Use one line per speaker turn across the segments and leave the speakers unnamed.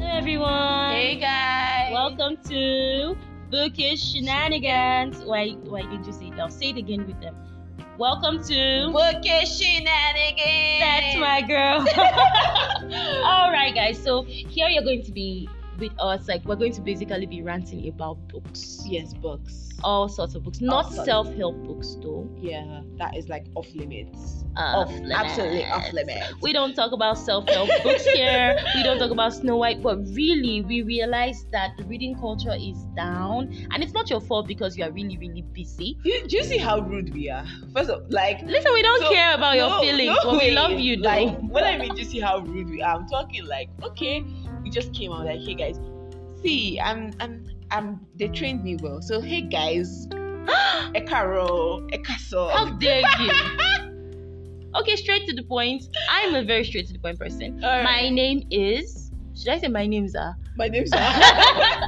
everyone.
Hey guys.
Welcome to Bookish Shenanigans. Why why did you say it? I'll say it again with them. Welcome to
Bookish shenanigans.
That's my girl. All right guys. So here you're going to be with us like we're going to basically be ranting about books.
Yes, books.
All sorts of books,
All
not
sorts.
self-help books though. Uh,
Yeah, that is like off limits.
Off
absolutely off
limits.
limits.
We don't talk about self-help books here. We don't talk about Snow White, but really, we realize that the reading culture is down, and it's not your fault because you are really, really busy.
You- do you see how rude we are? First of like
Listen, we don't
So-
care about your
no,
feelings,
no
but we
way.
love you, though.
Like what I mean, do you see how rude we are? I'm talking like, okay, we just came out like, hey guys, see, I'm I'm I'm they trained me well. So hey guys, Ekaro, Ekaso.
How dare you? Okay, straight to the point. I'm a very straight to the point person.
All right.
My name is. Should I say my names are?
My name's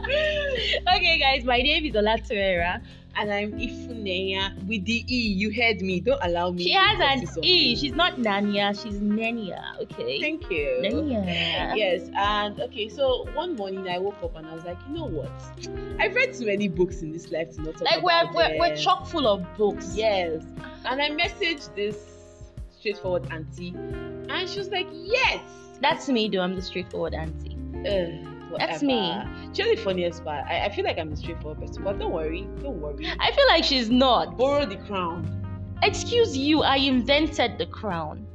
Okay, guys, my name is Ola Torreira.
and I'm Ifuneya with the E. You heard me. Don't allow me.
She
to
has
insist
an
on-
E. She's not Nania, she's Nenia. Okay.
Thank you.
Nania.
Yes, and okay, so one morning I woke up and I was like, you know what? I've read too many books in this life to not talk
Like we're,
about
we're, we're
them."
chock full of books.
Yes. And I messaged this straightforward auntie, and she was like, yes.
That's me though, I'm the straightforward auntie.
Ugh,
That's
whatever.
me.
She's the funniest part. I, I feel like I'm a straightforward person, but don't worry, don't worry.
I feel like she's not.
Borrow the crown.
Excuse you, I invented the crown.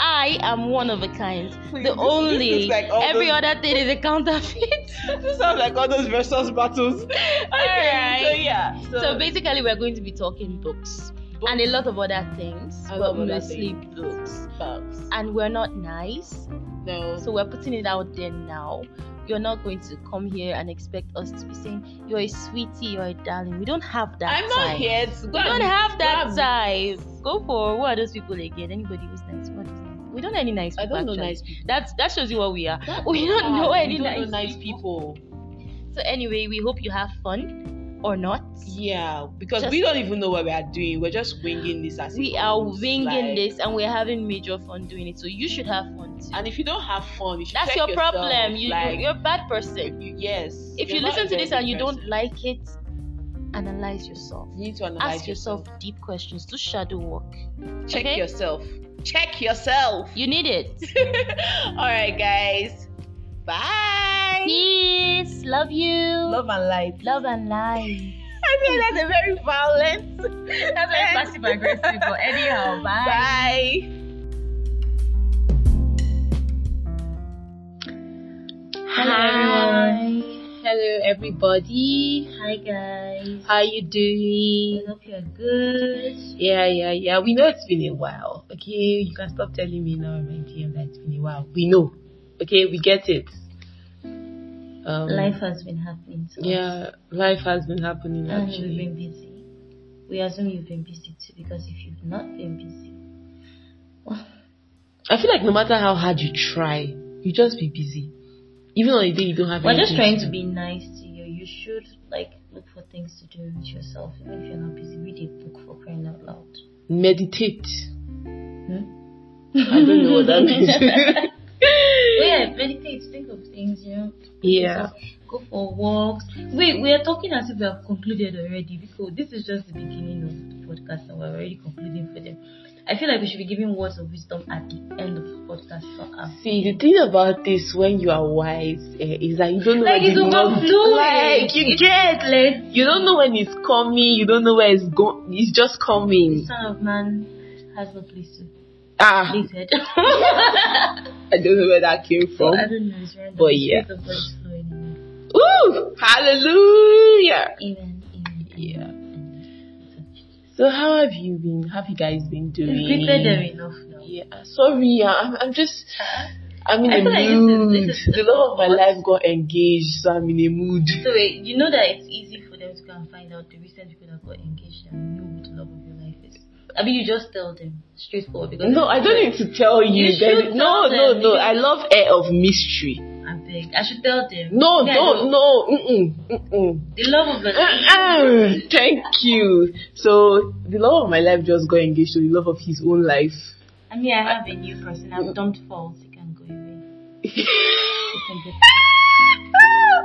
I am one of a kind.
Please,
The
this- this
only.
looks like all
Every
those-
other thing is a counterfeit.
This sounds like all those versus battles.
right.
So yeah. So,
so basically, we're going to be talking books
books,
and a lot of other things,
A lot
but
of other
mostly
things.
books.
books.
And we're not nice,
no.
so we're putting it out there now. You're not going to come here and expect us to be saying you're a sweetie, you're a darling. We don't have that.
I'm not
time.
here to go.
We don't
and-
have that
Go
time. Go for what are those people again? Anybody who's nice? What is nice? We don't any nice.
I
people,
don't know
actually.
nice people.
That's that shows you what we are. We don't know
Ah,
any
we don't
nice
know nice people.
So anyway, we hope you have fun or not.
Yeah, because
Just-
we don't even know what we are doing. We're just winging this as it
We are
goes,
winging
like-
this and we're having major fun doing it. So you should have fun too.
And if you don't have fun, you should
That's
check
your
yourself,
problem. You,
like,
you're a bad person.
you- yes.
If you
you're not
listen
a
to this
very
and you
good
don't
person.
like it, analyze yourself.
you need to analyze
Ask yourself deep questions. Do shadow work.
yourself. Check
okay?
yourself. Check yourself.
You need it.
All right, guys. Bye.
Peace. Love you.
Love and light.
Love and light.
I mean, that's a very violent.
That's
very passive
aggressive, but anyhow,
Bye. Hi. Hello, everybody.
Hi guys.
How you doing?
hope you're good.
Yeah, yeah, yeah. We know it's been a while. Okay, you can stop telling me now, my dear, that it's been a while. We know. Okay, we get it. Um,
Life has been happening. to us.
Yeah, life has been happening
And we've
actually.
been busy. We assume you've been busy too, because if you've not been busy,
I feel like no matter how hard you try, you just be busy. Even on a day you don't have.
we're just
anything
trying to
do.
be nice to you. You should like look for things to do with yourself, even if you're not busy. Read a book for crying out loud.
meditate.
Hmm?
I don't know what that means.
Yeah, meditate. Think of things. You know.
yeah.
Go for walks. Wait, we are talking as if we have concluded already because this is just the beginning of the podcast and we're already concluding for them. I feel like we should be giving words of wisdom at the end of the podcast for us.
See, the thing about this when you are wise eh, is that you don't know
Like
when
it's
the month-
overflowing.
Like you
It's
get, you don't know when it's coming. You don't know where it's going. It's just
The
coming.
Son of Man has no place to
Ah,
his head.
I don't know where that came
so
from.
I don't know. It's random.
But yeah.
The Spirit of God is flowing in
Ooh, hallelujah.
me. Amen. Amen.
Yeah.
amen.
So how have you been? How have you guys been doing?
We've prepared them enough now.
Yeah, sorry, I'm, I'm just, I'm in
Uh-huh. I
a
feel like this is-
mood.
this is-
the love of my life got engaged, so I'm in a mood.
So wait, you know that it's easy for them to go and find out the recent people that got engaged and know what the love of your life is. I mean, you just tell them straightforward because
No, I don't need to tell you.
You
There-
should
no,
tell
no,
them.
no. I love air of mystery.
I beg. I should tell them.
No,
Yeah,
don't, no, mm-mm, mm-mm.
The love of your life.
Uh-uh, Thank you. So the love of my life just got engaged to the love of his own life.
I mean, I have a new person. I've dumped falls. He can go away. He can get.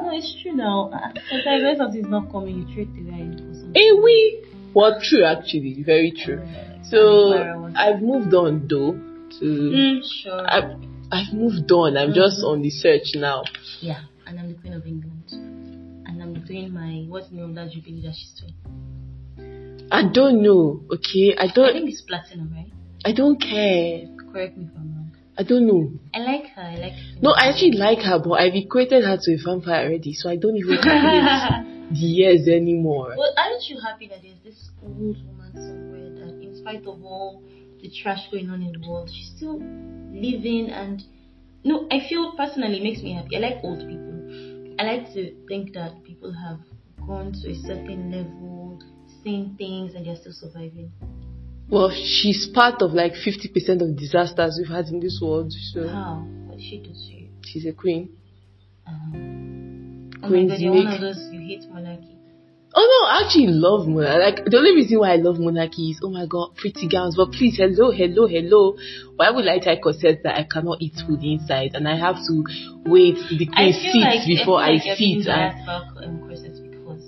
No, it's true now. Ah, Sometimes when something's not coming, you treat the guy for something.
Eh. Ewe. Well, true actually, very true. So I've moved on though. To
Mm, Mm-hmm. sure.
I've, I've moved on. I'm just on the search now.
yeah, and I'm the Queen of England. And I'm doing my, what's the name of that Jubilee that she's doing?
I don't know. Okay, I
I
don't.
think it's platinum, right?
I don't care.
Correct me if I'm wrong.
I don't know.
I like her. I like her.
No, I actually like her, but I've equated her to a vampire already, so I don't even calculate the years anymore.
Well, aren't you happy that there's this old woman somewhere that, in spite of all the trash going on in the world, she's still living and. No, I feel personally it makes me happy. I like old people. I like to think that people have gone to a certain level, seen things, and they're still surviving.
Well, she's part of like 50% of disasters we've had in this world, so
How? What did she do to you?
she's a queen.
Um, oh my
Queen's
god, you're one
Make.
of those you hate monarchy.
Oh no, I actually love monarchy. Like the only reason why I love monarchy is oh my god, pretty gowns. But please, hello, hello, hello. Why would I try consent that I cannot eat food inside and I have to wait till the
I
queen
feel
sits
like
before I,
I, feel like everything
sit? And,
biased about um, corsets because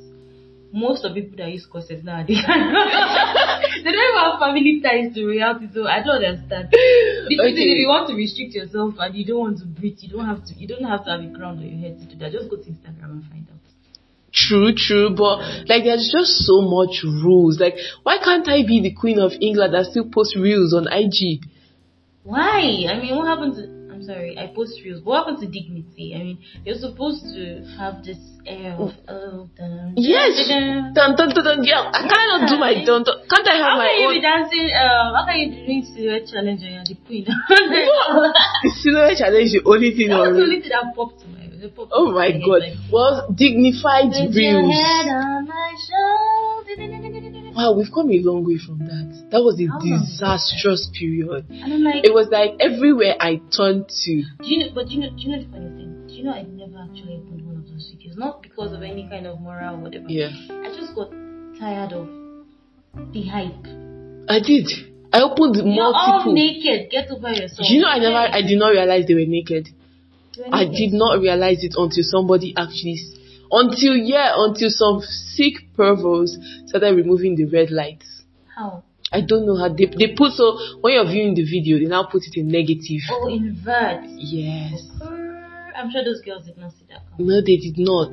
most of people that use corsets nowadays they don't even have family ties to reality, so I don't understand. The truth is,
Okay.
if you want to restrict yourself and you don't want to breathe, you don't have to. You don't have to have a crown on your head to do that. Just go to Instagram and find out.
True, true, but like there's just so much rules. Like, why can't I be the Queen of England and still post reels on IG?
Why? I mean, what happened to? I'm sorry, I post reels. What happened to dignity? I mean, you're supposed to have this air of oh, dun,
Yes,
dun, dun.
dun dun dun dun. Yeah, I cannot do my dun dun. Can't I
How
have my
can you be
own?
dancing? Um, how can you be doing silhouette challenge and you're the queen?
The silhouette challenge is the only thing
That was
on
the
reels.
only thing that popped to my that popped to
Oh my
head,
god.
like,
Well, dignified
Put your head
reels.
on my shoulder.
Wow, we've come a long way from that. That was a
How long ago?
disastrous period.
And I'm like,
It was like everywhere I turned to.
do you know? But do you know? Do you know the funny thing? Do you know I never actually opened one of those videos, not because of any kind of moral or whatever.
Yeah,
I just got tired of the hype.
I did. I opened
You're all
multiple.
naked. Get over yourself.
Do you know I never? I did not realize they were naked.
You're
I
naked.
did not realize it until somebody actually, s- until yeah, until some sick pervos started removing the red lights.
How?
I don't know how they they put so when you're viewing the video, they now put it in negative.
Oh, invert.
Yes.
Grr. I'm sure those girls did not see that coming.
No, they did not.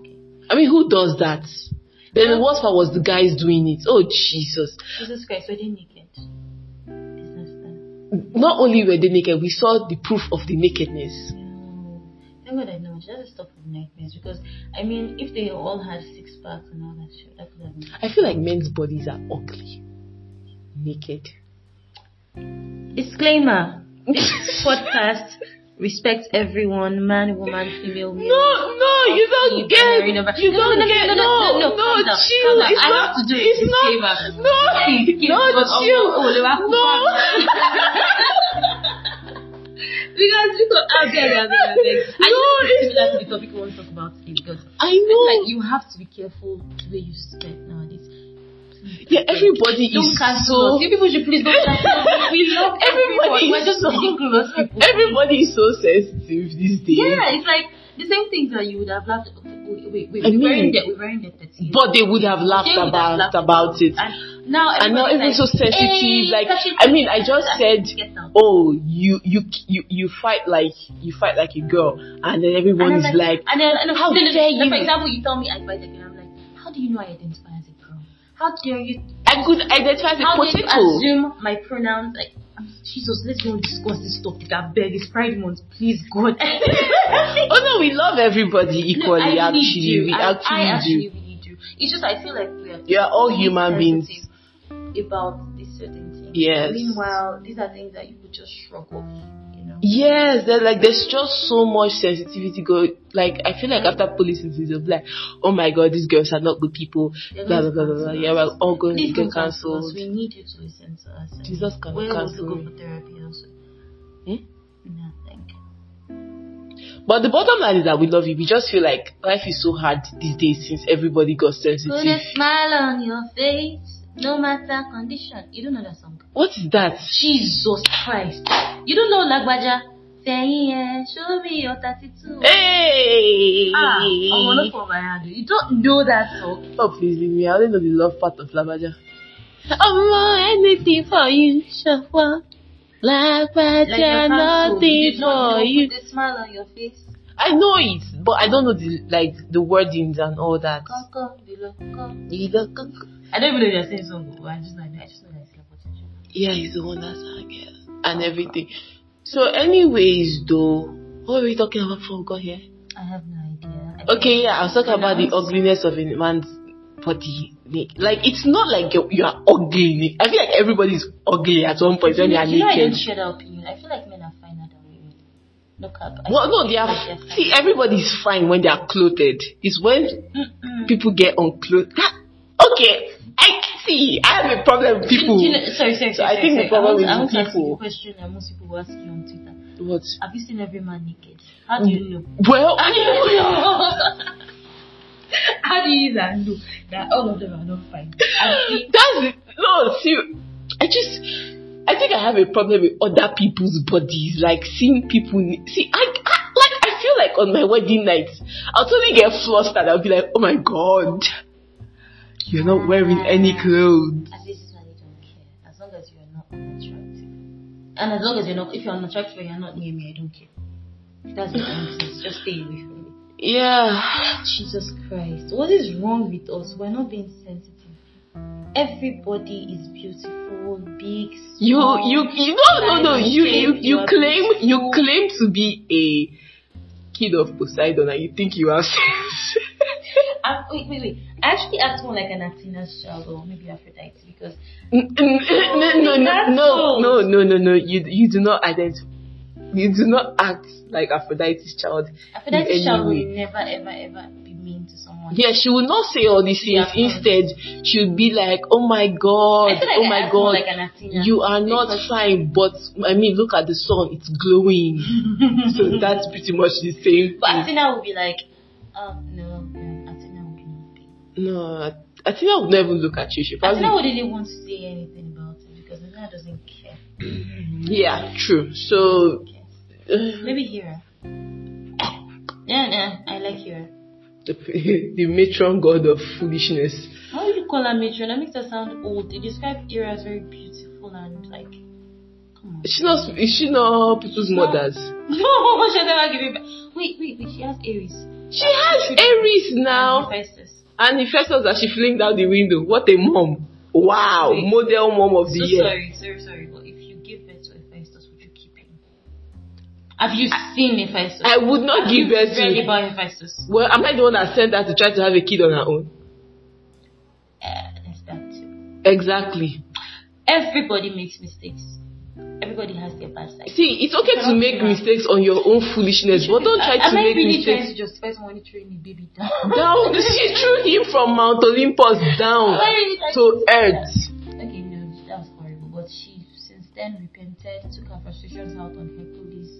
Okay.
I mean, who does that? Then the worst part was the guys doing it. Oh Jesus!
Jesus Christ, we're naked. Disaster.
Not only were they naked, we saw the proof of the nakedness.
No. Thank God I know. She doesn't stop with nightmares because, I mean, if they all had six packs and all that shit, that could have been.
I feel like men's bodies are ugly, naked.
Disclaimer podcast respects everyone man, woman, female, male.
No, no, you don't get.
Binary number.
You
No,
don't
no, no,
get.
no,
No,
no, no,
no,
calm down, calm
chill.
down.
It's
I
not.
have to do it.
It's not.
Disclaimer.
No,
Thank you.
no,
But, oh, oh, they
chill.
were happy
No,
Because you ah, could out there, there, there, there. I
No,
just
it's
think similar to the topic we want to talk about today because
I
I feel like
know.
you have to be careful the way you spend nowadays.
Yeah, everybody
Don't
is
cancel
so.
us. You people should please don't cancel us. We love everybody.
Everybody
We're
is
just
so-
ridiculous people.
Everybody is so sensitive these days.
Yeah, it's like the same things that you would have laughed. Wait, wait, wait.
I
We're in
mean-
the we're in the 30s.
But they would have laughed
They would have
about
laughed
about it.
And now
And now
everybody's
everyone's so
like,
sensitive.
"Hey,
like,
touch it,
I mean, I
touch it,
just
touch it, get
said,
down."
oh, you you you you fight like you fight like a girl, and then everyone
And I'm
is like,
and then, and then-
how
no, no, no,
dare
like, For
you.
example, you tell me I fight a girl. I'm like, how do you know I identify as a girl? How dare you?
I could identify as a
How dare you
potato.
assume my pronouns? Like, I'm- Jesus, let's not discuss this topic. I beg, it's Pride Month, please, God.
Oh no, we love everybody
No,
equally.
I really
actually,
do.
we
I,
actually
I
do.
actually really do. It's just I feel like we are
You are all human beings.
sensitive about these certain things.
Yes.
Meanwhile, these are things that you would just shrug off. You know.
Yes, there- like there's just so much sensitivity go. Like I feel
Mm.
like after police incident, like oh my god, these girls are not good people.
They're
Blah blah
going to
blah blah. blah.
cancel
Yeah,
us.
we're all going
Please
to get
don't cancel us.
cancelled.
We need you to listen to us. I
Jesus
mean,
can
Where
cancel
would you
me.
go for therapy also?
Hmm?
Nothing.
But the bottom line is that we love you. We just feel like life is so hard these days since everybody got
Put a
sensitive.
smile on your face, no matter condition. You don't know that song.
What is that?
Jesus Christ. You don't know Lagbaja? Fẹ̀yìn ẹ̀, show me your tattoo.
Hey!
Ah, ọmọ olóko my hand. You don't know that song.
Oh, please leave me. I only know the love part of Labaja. Ọmọ anything for you, ṣọ̀pọ̀.
Like your
Labaja
hand too. You
nothing
did not
for
you don't
you.
put a smile on your face.
I know it, but I don't know the like the wordings and all that.
Come, come, below, come.
You don't come-
I don't even know they're saying song, but I just know I just know that it's like potential.
Yeah, he's the one that sang it and everything. So, anyways, though, what were we talking about before we got here?
I have no idea. I
Okay, yeah, I was talking about
Nice.
the ugliness of a man's body. Nick. Like, it's not like you you are ugly. Nick. I feel like everybody's ugly at one point when they are
you know, I don't
naked.
share that opinion. I feel like men are finer than women. No cap. I
Well,
feel
no, they are.
like they're
See, everybody's fine when they are clothed. It's when
fine. Mm-mm.
people get unclothed. That- Okay, I see. I have a problem with
Do you-
people.
do you know- sorry, sorry,
So
sorry,
I think
sorry,
the problem
sorry.
is
I
the
want, I want to ask you
people.
a question that most people will ask you on Twitter.
What?
Have you seen every man naked? How
Mm.
do you know?
Well,
How do you know? How do you even know that all of them are not fine? I see.
That's it. no, see, I just, I think I have a problem with other people's bodies, like seeing people. n- See, I, I like, I feel like on my wedding night, I'll totally get flustered. I'll be like, oh my god, you're not wearing any clothes.
At least this one they don't care. As long as you're not unattractive. And as long as you're not, if you're unattractive and you're not near me, I don't care. That's the answer. Just stay away from me.
Yeah,
Jesus Christ, what is wrong with us? We're not being sensitive. Everybody is beautiful, big,
you,
small.
you, you no, no, no, you, you,
You
you
are
claim, you
beautiful.
claim to be a kid of Poseidon, and you think you have sense.
I, wait, wait, wait. I actually act more like an Athena's child or maybe Aphrodite because
no, no, no, no, no, no, no. You you do not identify. You do not act like Aphrodite's child.
Aphrodite's
in
child
any
will
way.
never, ever, ever be mean to someone.
Yeah, she will not say all these things.
Yeah.
Instead, she'll be like, "Oh my god,
I feel like
oh
I
my
act more
god,
like an Athena.
you are not
because-
fine." But I mean, look at the sun; it's glowing. so that's pretty much the same.
But
thing.
Athena will be like, um, no, no, Athena will be not big.
No, Athena would never look at you. She probably
Athena wouldn't even want to say anything about it because Athena doesn't care.
yeah, true. So
Okay.
uh,
Maybe Hera. Yeah, yeah, I like Hera.
the the matron god of foolishness.
Why would you call her matron? That makes her sound old. They describe Hera as very beautiful and like. Come on.
She not is she not people's
No.
mothers?
No, she'll never give it back. Wait, wait, wait. She has Aries.
She has Aries now
Hephaestus.
and the first one that she flinged out the window. What a mom. Wow,
Wait.
model mom of the uh,
So
year.
sorry, sorry, sorry. But if you give birth to Hephaestus, would you keep him? Have you seen Hephaestus?
I would
Have
not give
you
birth
read
to
about Hephaestus?
well, am I the one that sent her to try to have a kid on her own?
Uh, that's that too.
Exactly.
Everybody makes mistakes. Everybody has their bad side.
See, it's okay to
Cannot
make
do that.
mistakes on your own foolishness, but don't try
Uh, Am
to
I
make
really
mistakes
trying to justify someone throwing a baby down?
down. She threw him from Mount Olympus down
Why did I
to
do that?
earth.
Okay, no, that was horrible. But she since then repented, took her frustrations out on Hercules,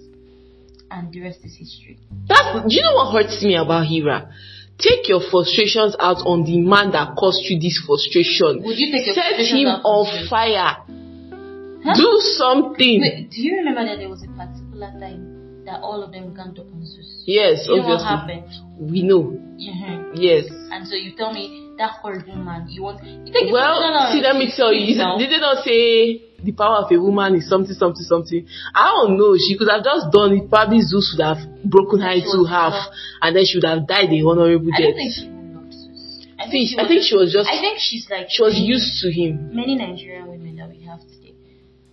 and the rest is history.
That's do you know what hurts me about Hera? Take your frustrations out on the man that caused you this frustration.
Would you take your
Set
frustrations
him
out on
on
him?
fire.
Huh?
Do something.
Wait, do you remember that there was a particular time that all of them ganged up on Zeus?
Yes,
you know what
obviously.
happened?
We know.
Mhm.
Yes.
And so you tell me that horrible man. You want you take your frustration
Well,
out
see,
on
let me
his
tell you.
face now.
Did they not say the power of a woman is something, something, something? I don't know. She could have just done it. Probably Zeus would have broken her
was
into half,
not-
and then she would have died a honorable
I don't think
death.
she even loved Zeus. I
See,
think
I think she was just
I think she's like
she was
many-
used to him.
many Nigerian women that we have today.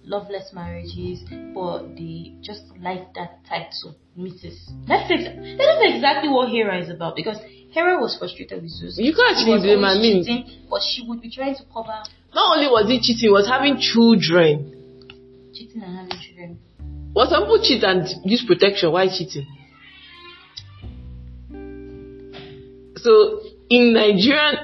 Loveless marriages, but they just like that title, Mrs. That's ex- that is exactly what Hera is about because Hera was frustrated with Zeus.
You can't
She
actually
was
blame
always
her, I mean.
cheating, but she would be trying to cover
Not only was he cheating, he was having children.
cheating and having children.
Well, some people cheat and use protection while cheating. So, in Nigerian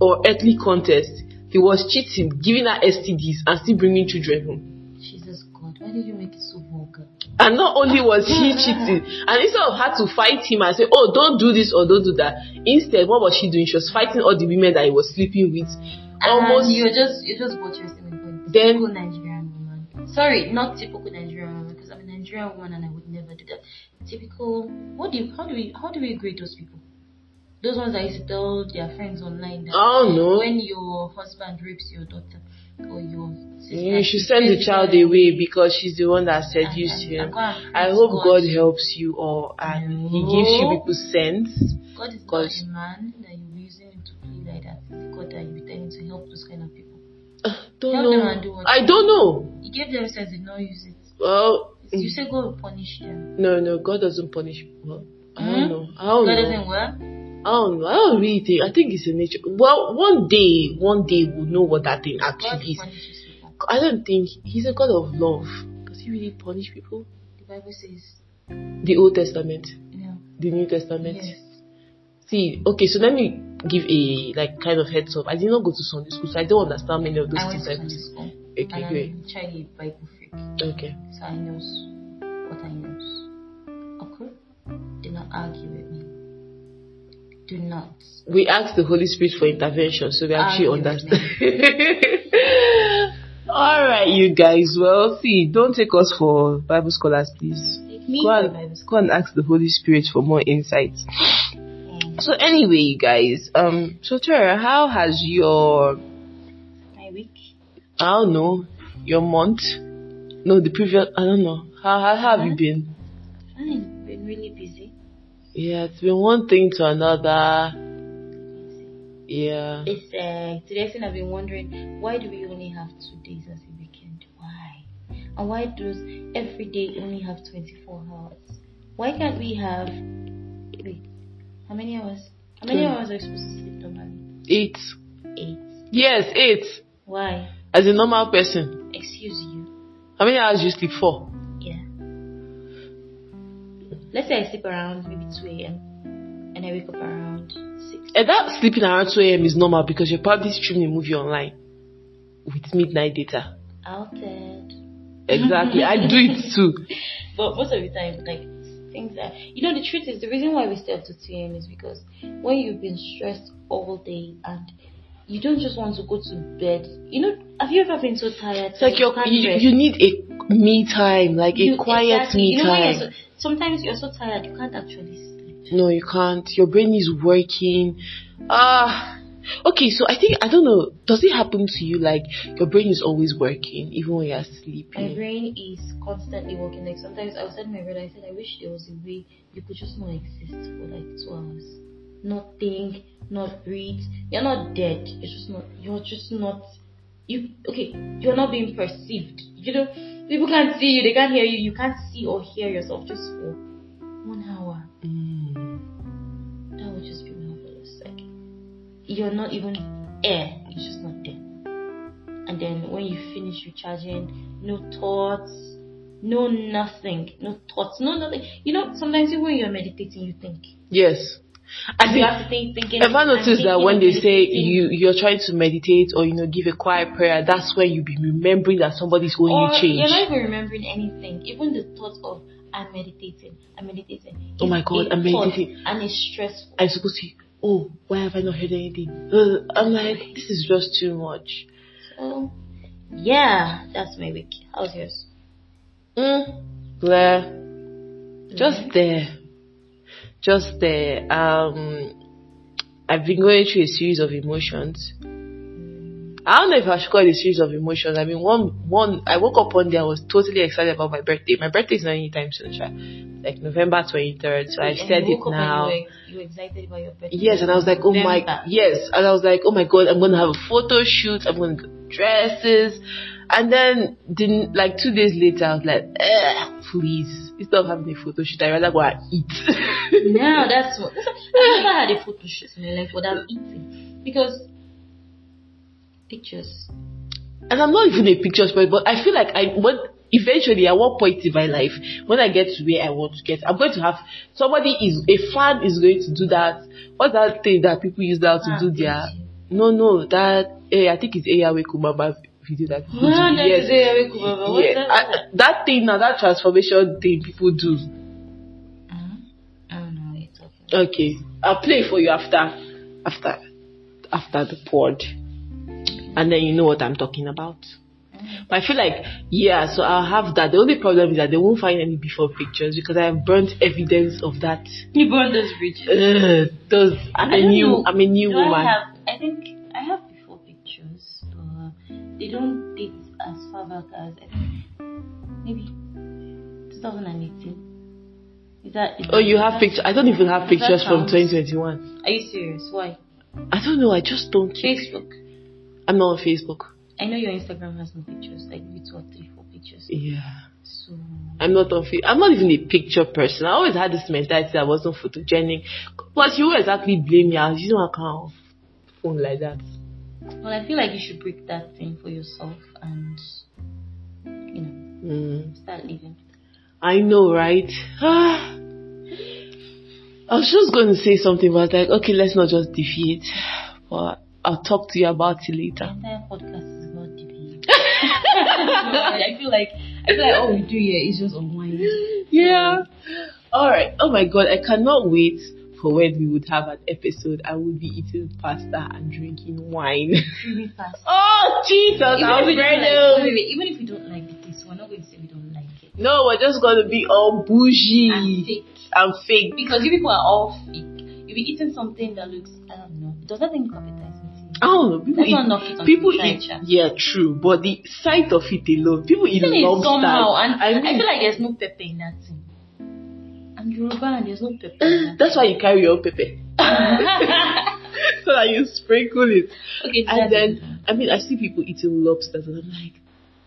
or ethnic context, he was cheating, giving her STDs, and still bringing children home.
Jesus God, why did you make it so vulgar?
And not only was he cheating, and instead of her to fight him and say, "Oh, don't do this or don't do that," instead, what was she doing? She was fighting all the women that he was sleeping with. Almost.
and you're just you're just butchering my point.
Then-
typical Nigerian woman. Sorry, not typical Nigerian woman because I'm a Nigerian Nigerian woman and I would never do that. Typical. What do you, how do we how do we grade those people? Those ones that used to tell their friends online that
Oh, no.
when your husband rapes your daughter or your sister,
You should send the child away because she's the one that
I-
seduced
I- I
him.
can't
I
please
hope
God.
God helps you all and He gives you
No.
people sense.
God is not
Because-
a man that you're using him to play like that. It's God that you're telling to help those kind of people.
Don't
Help them and do
know.
what
I
you
don't know.
He gave them sense, they not use it.
Well,
You say God will punish them.
no, no. God doesn't punish. Well, I
Hmm?
don't know. I
God
don't know.
doesn't work.
I don't know. I don't really think. I think it's a nature. Well, one day, one day we'll know what that thing
God
actually is.
punishes people.
I don't think He's a God of love. Does He really punish people?
The Bible says,
The Old Testament,
yeah,
the New Testament.
yes.
See, okay, so let me give a like kind of heads up. I did not go to Sunday school, so I don't understand many of those
I went
things.
to
I
Sunday school.
okay, great.
And I'm child Bible freak.
Okay.
So I knows what I knows. Okay? Do not argue with me. Do not.
We asked the Holy Spirit for intervention, so we actually
Argue with
understand. All right, you guys. Well, see, don't take us for Bible scholars, please.
Take me
Go
to
and,
Bible school.
go and ask the Holy Spirit for more insights.
um,
So anyway, you guys. Um, so Tara, how has your
My week.
I don't know, your month. No, the previous, I don't know. How, how have you been?
I've been really busy.
Yeah, it's been one thing to another.
busy.
Yeah.
It's uh, today. thing I've been wondering why do we only have two days as a weekend? Why? And why does every day only have 24 hours? Why can't we have wait? How many hours? How many
Two.
hours are we supposed to sleep normally?
Eight.
Eight.
Yes, eight.
Why?
As a normal person,
Excuse you.
how many hours do you sleep for?
Yeah. Let's say I sleep around maybe 2 a.m. and I wake up around 6.
And that sleeping around 2 a.m. is normal because you're probably streaming a movie online with midnight data.
Outed.
Exactly. I do it too.
But most of the time, like things are. You know, the truth is the reason why we stay up to 2 a.m. is because when you've been stressed all day and you don't just want to go to bed. You know, have you ever been so tired?
It's like you're,
can't
you,
rest?
you need a me time, like a
You-
quiet
exactly.
me
You know when
time.
you're so, sometimes you're so tired you can't actually sleep.
No, you can't. Your brain is working. Ah. okay, so I think I don't know. Does it happen to you like your brain is always working even when you're
My
sleeping?
brain is constantly working. Like sometimes I was telling my brother, I said I wish there was a way you could just not exist for like two hours, not think, not breathe. You're not dead. It's just not. You're just not. You okay? You're not being perceived. You know, people can't see you. They can't hear you. You can't see or hear yourself just for one hour.
Mm.
That would just be marvelous. Like you're not even air, it's just not there. And then when you finish recharging, no thoughts, no nothing, no thoughts, no nothing. You know, sometimes even when you're meditating, you think.
Yes. I
You
think.
have to think, thinking.
Ever
and
noticed that
thinking
when
and
they say
meditating.
you you're trying to meditate or you know give a quiet prayer, that's when you be remembering that somebody's owing
or
you change.
Oh, you're not even remembering anything, even the thought of I'm meditating, I'm meditating.
Oh my
It's
God,
a
I'm
thought
meditating.
and it's stressful.
I'm supposed to. Oh, why have I not heard anything? Uh, I'm like, this is just too much.
So, yeah, that's my week. How's yours?
Mm. Blair. just there just there um i've been going through a series of emotions i don't know if i should call it a series of emotions i mean one one i woke up one day i was totally excited about my birthday my birthday is not anytime soon sha. like november 23rd so i've
And
said
you
it
woke up and
now
You were, you were excited about your birthday.
Yes, and I was like, oh my,
Remember.
yes, and I was like, oh my god, I'm gonna have a photo shoot, I'm gonna get dresses, and then didn't like two days later, I was like, Ugh, please, instead of having a photo shoot, I rather go and eat.
No, that's what. That's what I've never had a photo shoot in my life without eating because pictures.
and I'm not even a picture spoiled, but I feel like I when eventually at one point in my life, when I get to where I want to get, I'm going to have somebody is a fan is going to do that. What's that thing that people use now to
Ah,
do their? No, no, that eh, I think it's Ayawe Kumama video that people do.
Ah, that
Yes.
is very cool, but what's
yeah,
that?
I, that thing now, that transformation thing people do.
Uh-huh. I don't know what you're talking about.
Okay, I'll play for you after, after, after the pod, and then you know what I'm talking about.
Uh,
But I feel like, yeah, so I'll have that. The only problem is that they won't find any before pictures because I have burnt evidence of that.
You burned those bridges.
Ugh, those, I'm
I
a
don't
new,
know.
I'm a new
Do
woman.
I have, I think I have before pictures, but they don't date as far back as I think maybe 2018. Is that? Is
oh,
that-
you
is that-
have pictures. I don't even have
does that
pictures from
count?
2021.
Are you serious? Why?
I don't know. I just don't.
Facebook.
I'm not on Facebook.
I know your Instagram has no pictures, like maybe two or three, four pictures.
Yeah.
So
I'm not on. Fa- I'm not even a picture person. I always had this mentality I wasn't photogenic. Plus, you exactly blame me. I was using my kind of phone like that.
well, I feel like you should break that thing for yourself and you know
Mm.
start living.
I know, right? Ah. I was just going to say something, but I was like, okay, let's not just deviate. But I'll talk to you about it
The
later.
entire podcast is about debate. I feel like I feel like all we do here is just unwind.
Yeah. All right. Oh my God, I cannot wait for when we would have an episode. I would be eating pasta and drinking wine.
really fast.
oh Jesus,
even, if we
I'm
don't
ready.
like, wait, wait, wait, even if we don't like the taste, we're not going to say we don't like it.
No, we're just gonna be all bougie
And fake.
and fake.
Because you people are all fake. You'll be eating something that looks, I don't know. Does that thing look appetizing to you?
I don't know. People
Let's
eat.
not knock it on
people
the side,
eat.
sha.
Yeah, true. But the sight of it alone, people eat
Even if
lobster.
somehow, and
I
I,
mean,
feel like there's no pepper in that thing. I'm Yoruba and there's no pepper. In that.
that's why you carry your own pepper so that you sprinkle it.
okay, so that's
And
it.
then, I mean, I see people eating lobsters, and I'm like,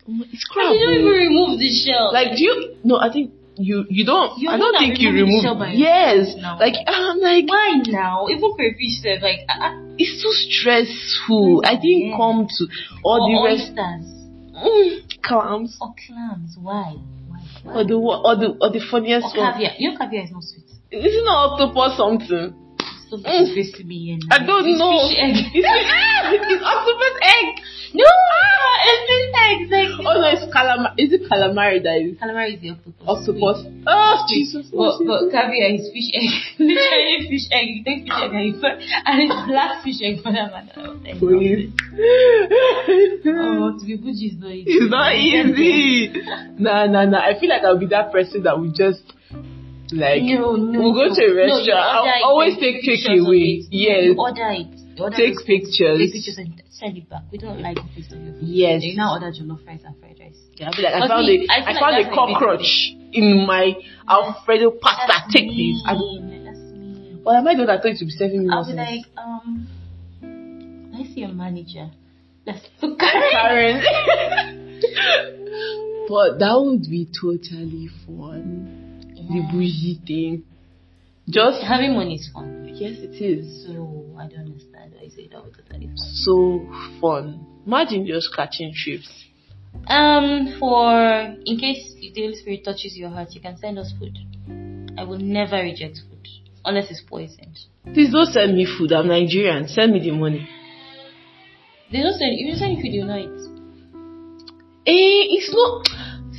oh, it's crap.
And you don't
oh.
even remove the shell.
like do you no i think you you don't
You're
i don't
not
think you
removing
remove
the shell by
yes
yourself now.
like i'm like
why now? Even for a fish, serve like uh, uh,
it's too stressful i didn't
Yeah. Oh,
come to all the
or
rest
oysters
mm, clams
or clams. Why? Why? Why?
or the wa- or the or the
Or
funniest one
caviar. You know caviar is not sweet.
isn't octopus something
So
Mm.
basically, me and
i don't
it's
know
Fish egg.
it's, ah, it's octopus egg
no, it's fish eggs. Like,
oh no it's calamari is it calamari that is
calamari is the octopus.
octopus oh
Sweet.
jesus
But,
oh,
but caviar is fish egg. Literally fish egg. You take fish egg and you put, and it's black fish egg for that matter. I was like,
please
Oh, to be Gucci is not easy.
It's not easy. Nah, nah, nah. I feel like I'll be that person that would just like
No, no.
we'll go to a
no,
restaurant.
you order
I'll
it,
always
take
take
pictures of
takeaway.
it.
Yes,
You order it. You order
take
those things, Take
pictures.
pictures and send it back. We don't like the taste of your food.
Yes.
You now order jollof rice and fried rice.
Yeah, I'll be like, I
But
found
me,
a
I feel
I
like
found
that's how
a
it is.
cockroach in my Alfredo pasta.
That's
Ah, Take
mean.
this. I'm,
That's mean.
well, am I the one that thought it would be serving me?
I'll be
nonsense?
like, um, let's see your manager. Let's look at
Karen. but that would be totally fun. The bougie thing. Just
Having money is fun.
yes, it is.
So I don't understand why you say that was totally fun.
so fun. Imagine just catching trips.
Um, for in case if the Holy Spirit touches your heart, you can send us food. I will never reject food unless it's poisoned.
Please don't send me food. I'm Nigerian. Send me the money.
They don't send if you send food, you know it.
Hmm. Eh, it's not.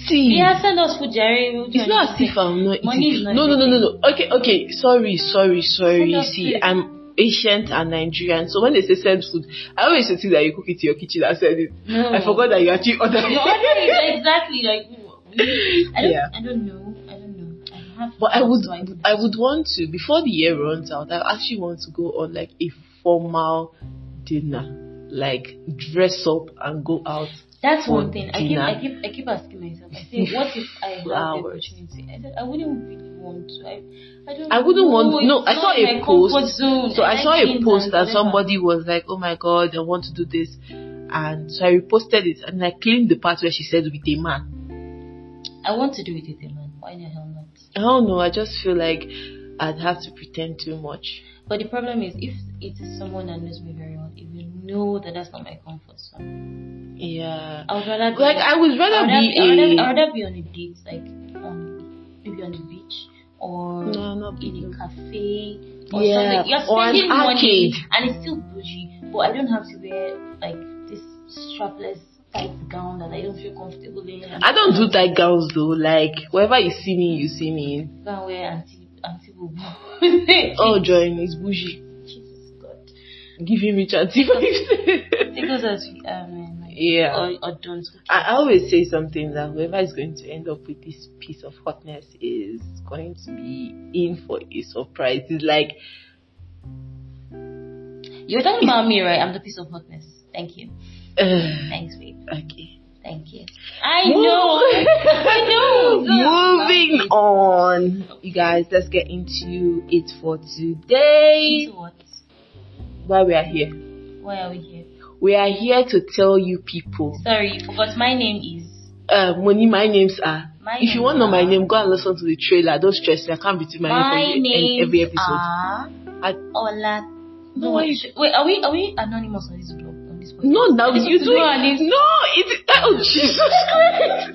See,
Yeah, send us food, Jerry. We'll do
it's not as
anything.
if I'm not
Money is
eating.
not
No, no, no, no, no. Okay, okay. Sorry, sorry, sorry.
Send us
See,
food.
I'm Asian and Nigerian. So when they say send food, I always think that you cook it in your kitchen and send it.
No.
I forgot that you actually ordered
Your order
it.
is exactly like we- I don't,
Yeah.
I don't know. I don't know. I have.
But I would,
so don't-
I would want to before the year runs out. I actually want to go on like a formal dinner, like dress up and go out.
That's
for
one thing. I keep, I
dinner.
keep, I keep asking myself. I say, what if I have the
Flowers.
opportunity? I said, I wouldn't really want to. I, I don't.
I wouldn't
know.
want- no,
It's
I
not
saw
in
a
my comfort
post.
zone.
So I
like
saw a
things
post
and whatever.
that somebody was like, "Oh my god, I want to do this," and so I reposted it and I cleaned the part where she said with a man.
I want to do it with a man. Why the hell not?
I don't know. I just feel like I'd have to pretend too much.
But the problem is, if it is someone that knows me very well, if you know that that's not my comfort zone,
Yeah.
I would rather be,
Like I would
I would
rather
rather,
be
I would rather, I
a
would rather be on a date, like on maybe on the beach or
No, not
in a cafe or something.
Yeah,
You're
or an
spending
arcade.
money and it's still bougie, but I don't have to wear like this strapless tight gown that I don't feel comfortable in.
I don't do tight gowns though. Like wherever you see me, you see me. in.
Go and wear anti anti boob.
Oh, join is bougie.
Jesus God.
Giving me chanty vibes.
Tickles us. Um,
Yeah.
Or, or don't.
I I always say something that whoever is going to end up with this piece of hotness is going to be in for a surprise. It's like
You're talking about me, right? I'm the piece of hotness. Thank you.
uh,
Thanks, babe.
okay.
Thank you. I know. I know.
Moving on, you guys. Let's get into it for today.
Into what?
Why we are here?
Why are we here?
We are here to tell you people.
Sorry, you forgot. My name is.
Uh, Moni, my names are.
My
if you
names
want to know my
are-
name, go and listen to the trailer. Don't stress me. I can't be doing my,
My
name for you
name
in every episode.
Are
I-
Ola.
No, why
wait,
you-
wait. Are we are we anonymous on this blog? On this podcast?
No, now
Are we
you
supposed to
do
go on this
it. No, it's oh Jesus Christ.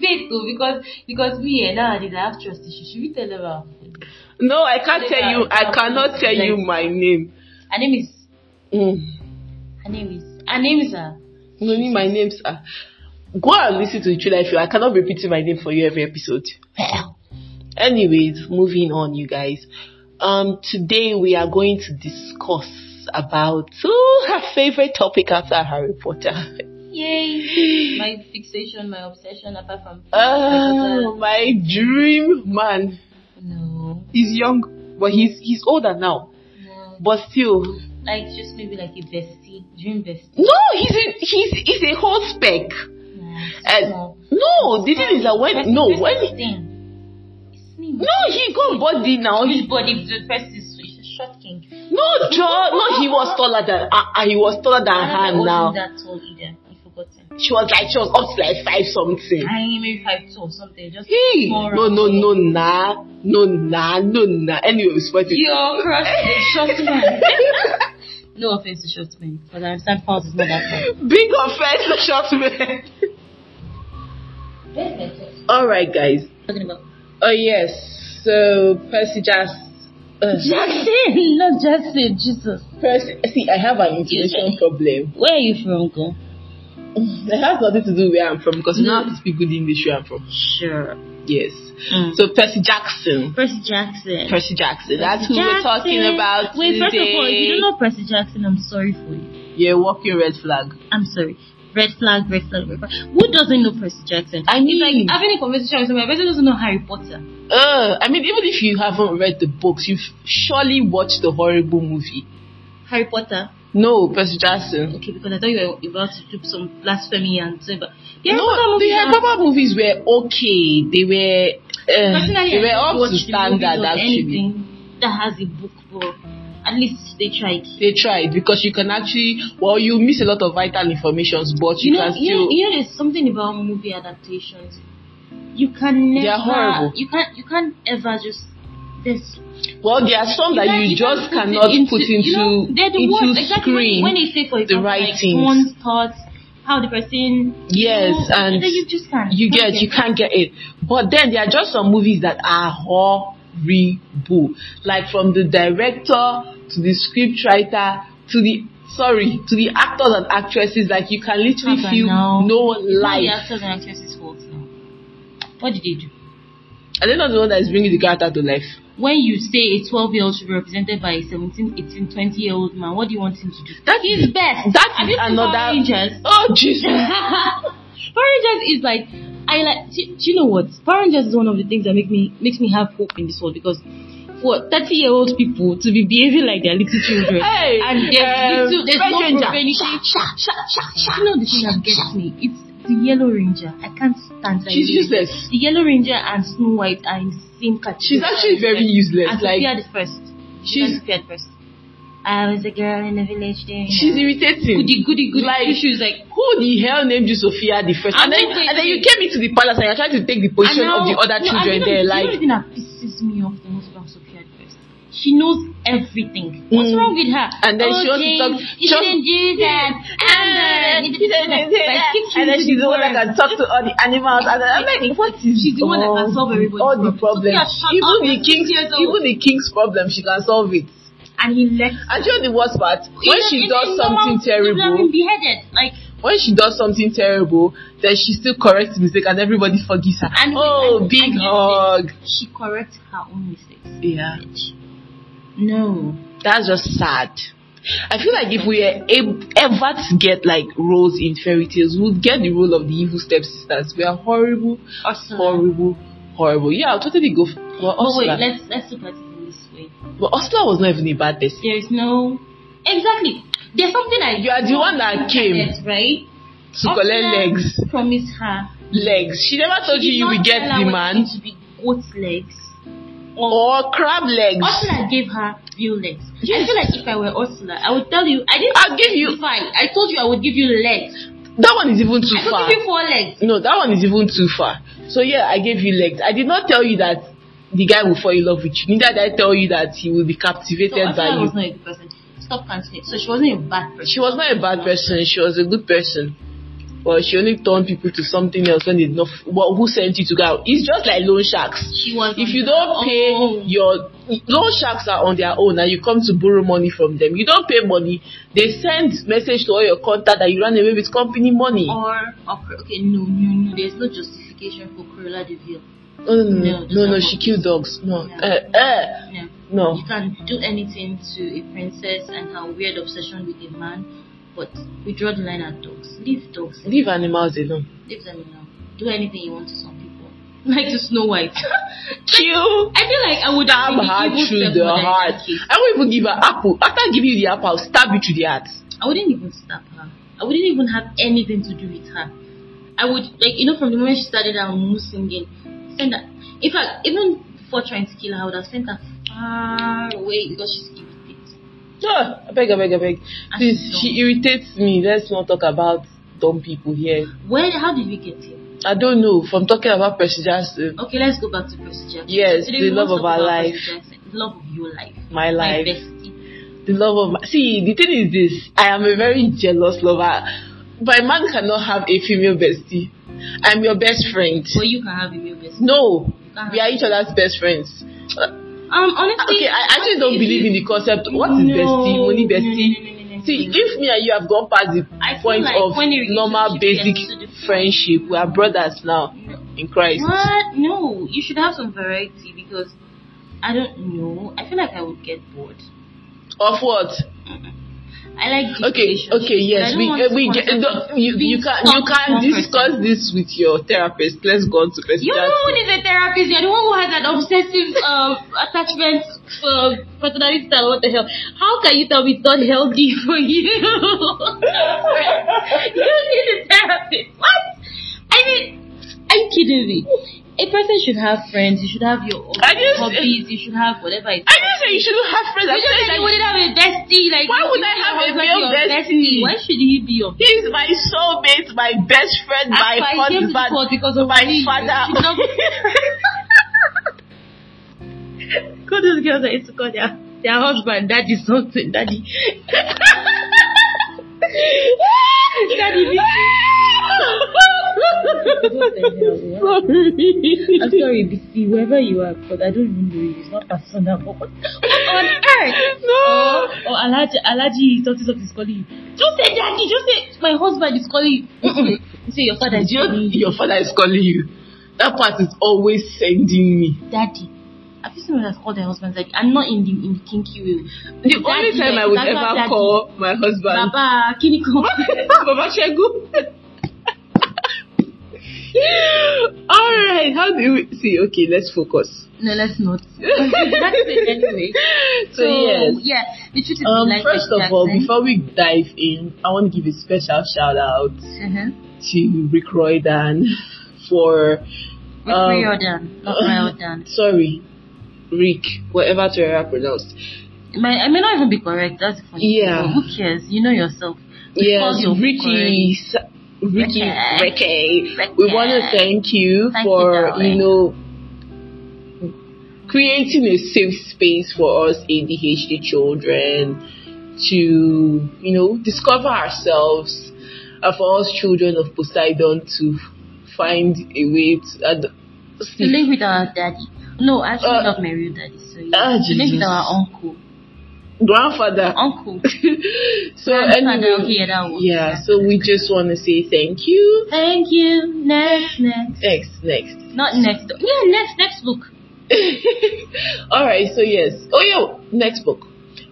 faithful because because me and nowadays I have trust issues. Should we tell her? our-
No, I can't tell you. I cannot tell you my name.
Her name is.
Mm.
Her name is. Her name is. Uh,
No, me, my names are. Go and listen to the trailer if you. I cannot be repeating my name for you every episode. Anyways, moving on, you guys. Um, today we are going to discuss about oh, her favorite topic after Harry Potter.
Yay! My fixation, my obsession, apart from
Oh, my dream man.
no,
He's young, but he's he's older now.
no,
But still,
like just maybe like a bestie, dream bestie.
No, he's a, he's he's a whole spec.
Nah, it's
Uh,
small.
no, the thing is that
First-
when no
first
when
is thin. It's slim.
no he got body now. He,
Which body? The first is it's a short king.
no, John, no, he was taller than uh, uh, he was taller than
I
her
wasn't
now.
that tall either. I forgotten.
She was like she was up to like five something.
I ain't maybe five two or something. Just
Hey,
small
no,
round.
no, no, nah, no, nah, no, nah. Anyway, it's worth it.
Your crush is short man. no offense to short men, because I understand pounds is not that tall.
Big offense, the short man. All right, guys.
Talking about
Oh yes. So Percy just. Uh,
Jackson, not Jackson, Jesus.
Percy, see, I have an intuition problem.
Where are you from, girl?
It has nothing to do where I'm from
Mm.
because you know how to speak good English where I'm from.
Sure.
Yes.
Mm.
So Percy Jackson.
Percy Jackson.
Percy Jackson. That's who
Percy
we're talking
Jackson.
about
Wait,
today.
first of all, if you don't know Percy Jackson, I'm sorry for you.
You're a walking red flag.
I'm sorry. Red flag, red flag, red flag. Who doesn't know Percy Jackson?
I
It's like
mean,
having a conversation with somebody, a person doesn't know Harry Potter.
uh, I mean, even if you haven't read the books, you've surely watched the horrible movie.
Harry Potter.
No, Percy Jackson.
Okay, because I thought you were about to do some blasphemy and so, but yeah,
no,
Potter movie
the Harry Potter movies were okay. They were, uh,
Personally,
they
I
were
don't
up
watch the movies
to standard
or
actually.
anything that has a book, but at least they tried.
They tried because you can actually, well, you miss a lot of vital information, but you,
you know,
can
you,
still.
know, you know, there's something about movie adaptations. You can never.
They are horrible.
You can't. You can't ever just. There's
Well, there are some that
can't-
you,
can't
just
put it
cannot
into-
put into
you know, they're the
into
words, exactly when-
screen.
when they say for
the
example,
right
like,
things.
one's thoughts, how the person.
Yes,
you know,
and
then you just can't.
you
can't
get you can't get it. But then there are just some movies that are horrible, like from the director to the scriptwriter to the sorry to the actors and actresses. Like you can literally
Papa,
feel
no.
no
It's not The
life.
actors and actresses' fault now. What did they do?
And they're not the one that is bringing the character to life.
When you say a 12 year old should be represented by a 17, 18, 20 year old man, what do you want him to do?
That
His best.
That
Have you seen
is
Power
another-
Rangers?
Oh Jesus!
Power Rangers is like I like. Do, do you know what? Power Rangers is one of the things that make me makes me have hope in this world because for thirty year old people to be behaving like they're little children
Hey,
and there's
um,
little there's
Red
no
Ranger.
profanity. You know the thing that gets me? It's the Yellow Ranger. I can't stand that.
She's
Yellow-
useless.
The Yellow Ranger and Snow White are in the same category.
She's actually very useless.
And
Like
Sophia the first.
she's-
Sophia the first. I was a girl in the village there.
she's irritating.
goody goody goody.
Like-
she was like.
who the hell named you Sophia the first?
I'm
And then,
not going
and then
to-
you came into the palace and you're trying to take the position
And
of the
now-
other
no,
children
and you know,
there.
you
Like,
know the thing that pisses me off the most about Sophia at first. She knows everything. What's
Mm.
wrong with her?
And then she wants to
Okay,
talk-
You
just-
shouldn't do that. And then,
and then she's the one that can talk to all the animals. And then I'm like, what is
She's the one that can solve everybody's
all the
problem.
problems?
Sophia, shut
even
up,
the
you're
king's,
six years old.
even the king's problem, she can solve it.
And he left.
And you know the worst part? When
In a-
she
in
does
a normal-
something
she would have
terrible,
been beheaded. Like,
when she does something terrible, then she still corrects the mistake and everybody forgives her.
And-
oh,
and-
big
and-
hug.
she corrects her own mistakes.
Yeah,
No.
that's just sad. I feel like if we were ab- ever to get like roles in fairy tales, we would get the role of the evil stepsisters. We are horrible,
Awesome.
horrible, horrible. Yeah, I'll totally go for well,
Hmm. Oh wait,
Ursula.
let's let's look at it in this way.
but Ursula was not even a bad person.
There is no exactly. There's something I
You are the one that came
Yes, right?
to collect legs.
Promise her.
Legs. She never told you
Did
you
not
will get
tell her
the
whether
man
it should be goat legs.
or crab legs.
Ursula gave her real legs. I
Yes.
feel like if I were Ursula, I would tell you. I didn't.
I'll give you-
Fine. I told you I would give you legs.
That one is even too
I
far.
could give you four legs.
No, that one is even too far. So yeah, I gave you legs. I did not tell you that the guy will fall in love with you. Neither did I tell you that he will be
So
captivated by
Ursula
you.
was not a good person. Stop canceling. So she wasn't a bad person.
She was not a bad person. She was a good person. But she only turned people to something else when they did not. F- well, who sent you to go out? It's just like loan sharks.
She was.
If you don't pay
Oh.
your loan sharks are on their own and you come to borrow money from them. You don't pay money. They send message to all your contact that you ran away with company money.
or, or Cor- okay, no, no, no. There's no justification for Cruella de Vil.
No, no, no,
No,
no, no, no.
no.
She killed dogs. No,
No.
uh, uh,
No.
no.
You can do anything to a princess and her weird obsession with a man, but we draw the line at dogs. Leave dogs.
Leave animals alone.
Leave them alone. Do anything you want to some people. Like to Snow White.
Kill.
I feel like I would
Stab
have been the
her
evil
through
step
the
mother in
heart.
that case.
I won't even give her apple. After I give you the apple, I'll stab you through the heart.
I wouldn't even stab her. I wouldn't even have anything to do with her. I would like you know from the moment she started her Mumu singing, send her. In fact, even before trying to kill her, I would have sent her far away because she's irritated.
Ah, I beg, I beg, I beg.
I
Please,
don't.
she irritates me. Let's not talk about dumb people here.
Where? How did we get here?
I don't know. From talking about President, uh,
Okay, let's go back to Percy Jackson.
Yes,
Today we
the
want
love
to
of
talk
our
about
life.
Percy Jackson, the love of your life,
my
my
life,
bestie.
the love of my. See, the thing is this I am a very jealous lover. My man cannot have a female bestie. I'm your best friend.
But you can have a male bestie.
No, we are each other's best friends. Uh,
Um, honestly,
Okay, I actually don't
if
believe
you-
in the concept. What is
No,
bestie, money
no, no, no,
bestie?
no, no, no,
See,
no.
if me and you have gone past the
I feel
point
like
of
when a
normal,
relationship
basic
gets to the point-
friendship, we are brothers now
No.
in Christ.
What? No, you should have some variety because I don't know. I feel like I would get bored.
Of what?
I like deep
Okay,
relationships,
okay,
but I
yes,
don't
we
want
uh,
to
we get,
concentrate
no,
on
you you
being
can
stuck
you
with one
can
person.
discuss this with your therapist. Let's go on to person.
You know who is a therapist. You're the one who has that obsessive um, attachment uh, personality style. What the hell? How can you tell me it's not healthy for you? you need a therapist. What? I mean, are you kidding me? A person should have friends. You should have your own
I just-
hobbies. You should have whatever. It's
I didn't say you shouldn't have friends.
You
I
just said
said
you
like,
wouldn't have a bestie. Like
Why
you-
would
you
I have a
always
male
your
bestie?
Why should he be your bestie?
he's my soulmate, my best friend, my
After I came to this world
husband,
because of
my
me, you
father.
should not- Call those girls that used to call their, their husband daddy something, daddy. daddy, this- What the hell?
Sorry.
I'm sorry, BC, whoever you are, because I don't even know you. It's not personal. But what on earth?
No.
Or Alaji, Alaji, something, something is calling you. Just say, Daddy, just say, my husband is calling you. Mm-mm. You say, your father is
Do you know
calling you.
your father is calling you? That part is always sending me.
Daddy. Have you seen when I called their husband? Daddy? I'm not in the, in the kinky way.
The only time I would ever call my husband.
Baba, can you come?
Baba Shegu. Alright, how do we see? Okay, let's focus.
no, let's not. That's it anyway.
So, yes.
yeah, the truth is
Um,
we like
first
Michael
of all,
Jackson.
before we dive in, I want to give a special shout out
Uh-huh.
to Rick Roydan for
Rick
Um,
Riordan. Not Riordan.
sorry, Rick, whatever Torah pronounced.
It might, I may not even be correct. That's the funny. thing,
Yeah.
but Who cares? You know yourself.
Yes,
Because you're
Ricky, Sa- Ricky,
Ricky.
Ricky. We want to
Ricky.
thank you
Thank you,
for you,
darling.
know creating a safe space for us ADHD children to you know discover ourselves, and for us children of Poseidon to find a way to and
To live with our daddy. No, I actually
Uh,
love my real daddy. So yeah.
ah,
to live with
Jesus.
our uncle.
grandfather.
Uncle.
so
Grandfather,
anyway,
okay, that one.
yeah. So we just want to say thank you.
Thank you. Next, next.
Next, next.
Not next. Yeah, next, next book.
All right, so yes. Oh yeah, next book.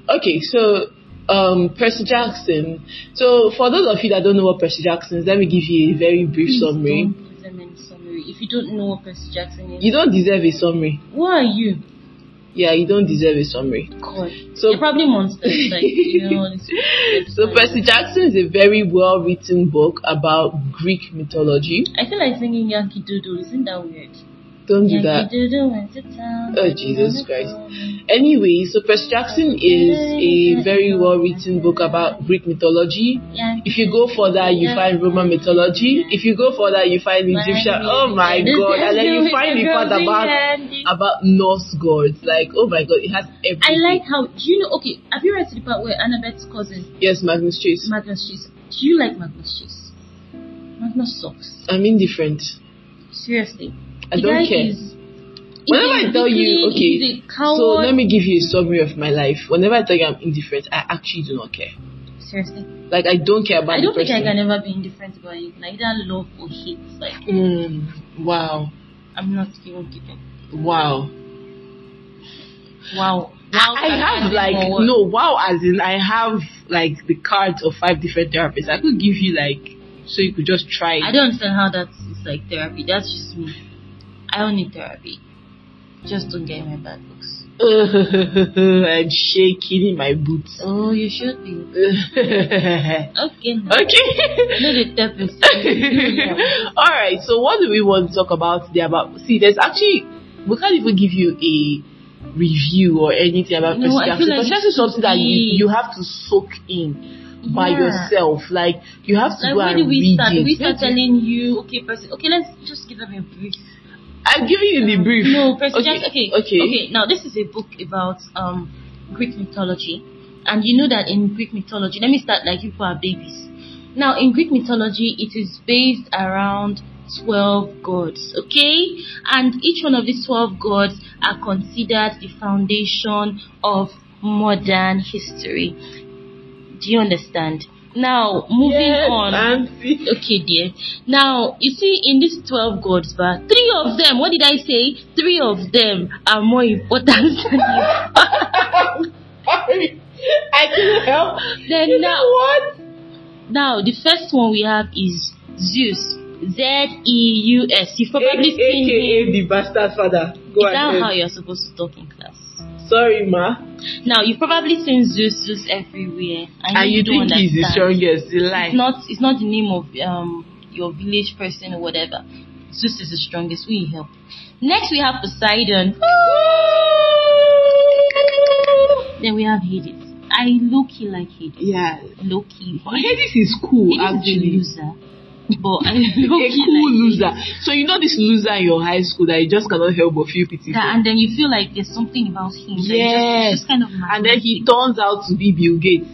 Okay, so um, Percy Jackson. So, for those of you that don't know what Percy Jackson is, let me give you a very brief
Please
summary.
don't give them any summary. If you don't know what Percy Jackson is,
You don't deserve a summary.
who are you?
Yeah, you don't deserve a summary.
God.
So,
You're probably monsters. Like, you know, this-
so Percy Jackson is a very well written book about Greek mythology.
I feel like singing Yankee Doodle. Isn't that weird?
Don't do that.
Yankee Doodle went to town.
Oh, Jesus Christ. Anyway, so Percy Jackson is a very well written book about Greek mythology. If you go further, you find Roman mythology. If you go further, you find Egyptian. Oh my God! And then you find the part about about Norse gods. Like, oh my God, it has everything.
I like how do you know? Okay, have you read to the part where Annabeth's cousin
Yes, Magnus Chase.
Magnus Chase? Do you like Magnus Chase? Magnus sucks.
I'm indifferent.
Seriously.
I
The
don't
guy
care.
Is,
Whenever
he's
I tell
weakly,
you, okay,
he's a coward.
so let me give you a summary of my life. Whenever I tell you I'm indifferent, I actually do not care.
Seriously.
Like I don't care
I
about the
don't think I
person.
can ever be indifferent about anything. I either love or hate. Like
Mm, wow,
I'm not even giving.
wow.
Wow. Wow.
I
sarcasm
have like
or what?
no wow as in I have like the cards of five different therapists. I could give you like so you could just try.
I don't understand how that's it's like therapy. That's just me. I don't need therapy. Just don't get in my bad books.
I'm shaking in my boots.
Oh, you should be.
okay.
Okay. now. No, the therapist. Yeah.
All right. So what do we want to talk about today? About see, there's actually we can't even give you a review or anything about
No, I
Percy Jackson.
feel like
Percy Jackson is something that
we-
you, you have to soak in by
Yeah.
yourself. Like you have
Like,
to go
where
and
do we
read
start?
it.
Do we start
Where do you-
telling you, okay, person, okay, let's just give them a brief.
I'm giving you the brief.
No, Percy
okay.
Jackson. Okay,
Okay.
Now this is a book about um Greek mythology, and you know that in Greek mythology, let me start like you people are babies. Now in Greek mythology, it is based around twelve gods. Okay, and each one of these twelve gods are considered the foundation of modern history. Do you understand? Now moving
Yes,
on.
Auntie.
Okay, dear. Now, you see, in these 12 gods, but three of them, what did I say? Three of them are more important than you.
Sorry. I couldn't help.
Then
you
now-
know what?
Now, the first one we have is Zeus. Z E U S. You've probably
A-
seen
AKA
him.
the bastard father. Go
Is that
ahead.
how you're supposed to talk in class?
Sorry, ma.
Now, you've probably seen Zeus, Zeus everywhere. I know
and you
don't
think he's the
understand.
strongest? The lie.
It's not, it's not the name of um, your village person or whatever. Zeus is the strongest. We help. Next, we have Poseidon. Then we have Hades. I low key like Hades.
yeah.
Low key.
Hades is cool,
Hades
actually.
is a loser. But I
A
low key
cool
like
loser. So you know this loser in your high school that you just cannot help but feel pity
that,
for.
and then you feel like there's something about him. that
Yes.
It's just, it's just kind of.
And then he turns out to be Bill Gates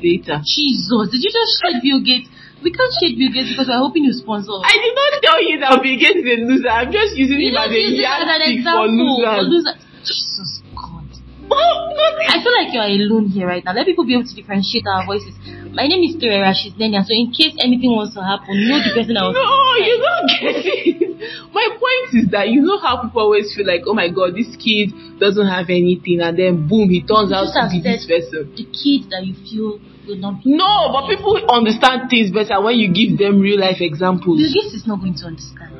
later.
Jesus, did you just shade Bill Gates? We can't shade Bill Gates because we're hoping you sponsor. us.
I did not tell you that Bill Gates is a loser. I'm just using
you
him as
just
a
use it as an
yardstick
example for
for losers.
loser. Jesus God.
Oh, not
I feel like you're alone here right now. Let people be able to differentiate our voices. My name is Terera, she's Lenya. So in case anything wants to happen, know the person I was
No, you don't get it. My point is that you know how people always feel like, oh my god, this kid doesn't have anything, and then boom, he turns out
Just
to be
accept
this person.
the kid that you feel will not be.
No, but people understand things better when you give them real life examples.
Bill Gates is not going to understand.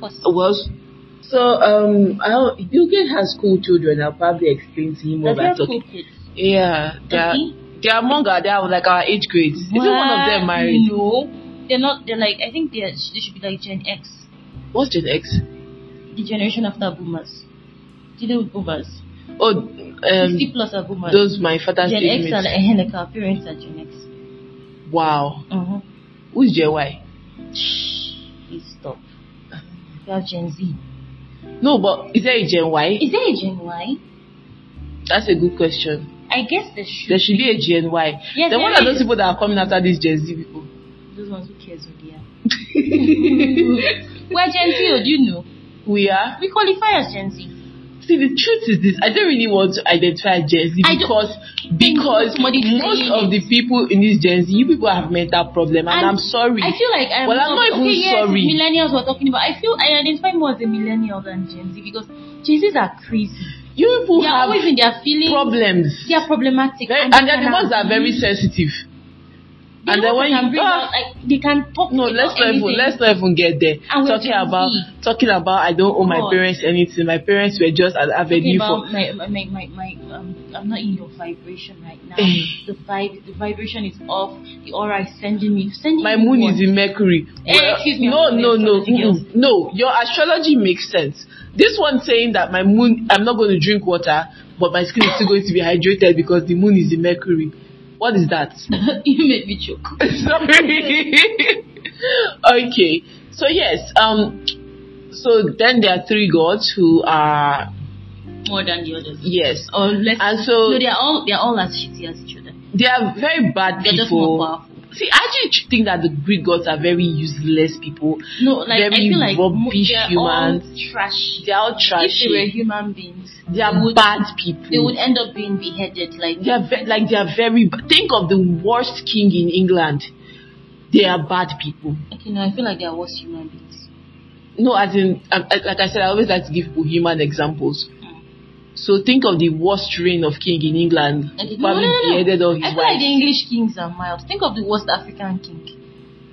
Possible.
Well, so um, I'll, Bill Gates has cool children. I'll probably explain to him
Does he
what I'm
have
talking.
cool kids?
Yeah, they're
Does he?
they're among our they're like our age grades. Isn't one of them married?
No, they're not. They're like I think they are, they should be like Gen X,
What's Gen X?
the generation after Boomers. Dealing with Boomers.
Oh, um,
Sixty plus are Boomers.
those my father's
Gen X are
teammates.
like, eh, like our parents are Gen X.
Wow.
Uh-huh.
Who's JY?
Please stop. We have Gen Z.
No, but is there a Gen Y?
Is there a Gen Y?
That's a good question.
I guess there should.
There should be a Gen Y.
Yes,
then what
there
are those
is.
people that are coming after these Gen Z people?
Those ones who cares who they are. We're Gen Z, oh, do you know?
we are.
We qualify as Gen Z.
See, the truth is this: I don't really want to identify as Gen Z
I don't-
because
Thank you,
because
somebody
most
saying it.
of the people in this Gen Z, you people have mental problem, and
And
I'm, sorry.
I feel like um, I'm
Well, I'm not even
okay, yes,
sorry.
Millennials we're talking about. I feel I identify more as a millennial than Gen Z because Gen Zs are crazy.
you people
They are
have
always in their feelings.
problems.
They are problematic.
Very, and they're the ones that are very sensitive.
They
and
know what
then when
they can
you
bring out,
ah,
like they can talk.
no,
about
let's not
anything.
even let's not even get there.
And we're
Talking
Gen
about
Z.
talking about I don't owe my
God.
parents anything. My parents were just an
Talking
avenue for
about my, my, my, my, my um, I'm not in your vibration right now.
Eh.
the vibe, the vibration is off. The aura is sending me, sending
my
me
moon
what?
is in Mercury.
Eh, excuse me,
no,
I'm
no,
from
no,
something else.
mm-mm. no. Your astrology makes sense. This one saying that my moon, I'm not going to drink water, but my skin is still going to be hydrated because the moon is in Mercury. What is that?
you made me choke.
Sorry. okay. So yes. Um. So then there are three gods who are
More than the others.
yes.
Or let's.
And so-
no, they are all they are all as shitty as each other.
They are very bad
They're just
people.
more powerful.
See, I actually think that the Greek gods are very useless people.
No, like I
Very
feel like mo-
rubbish
they are all
humans.
trash.
They are all
If they were
trashy.
human beings,
They are
would-
bad people.
they would end up being beheaded. Like
they are ve- like they are very. b- Think of the worst king in England. They are bad people.
okay, no, I feel like they are worse human beings.
No, as in, I, I, like I said, I always like to give people human examples.
Mm.
So think of the worst reign of king in England,
I did-
probably beheaded all his
I feel like
wives.
the English kings are mild. Think of the worst African king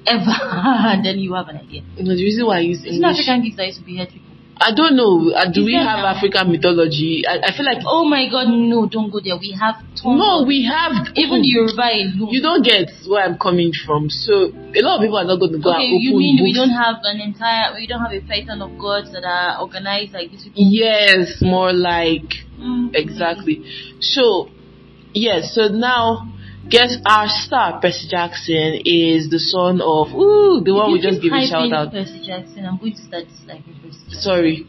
ever, and then you have an idea.
You know, the reason why I use
It's not
English,
African kings that used to behead people.
I don't know. Uh, do
Is
we
there
have
now?
African mythology? I, I feel like
Oh my God, no! Don't go there. We have tons
no,
of-
we have
Oh. even the Yoruba alone.
You don't get where I'm coming from, so a lot of people are not going to go
okay,
and open
you mean
books.
we don't have an entire, we don't have a python of gods that are organized like this?
yes, more like
Mm.
exactly. So, yes. So now, guess our star, Percy Jackson, is the son of ooh the one
If
we
you
just
keep
gave a shout
hyping
out.
Percy Jackson. I'm going to start disliking Percy Jackson.
Sorry.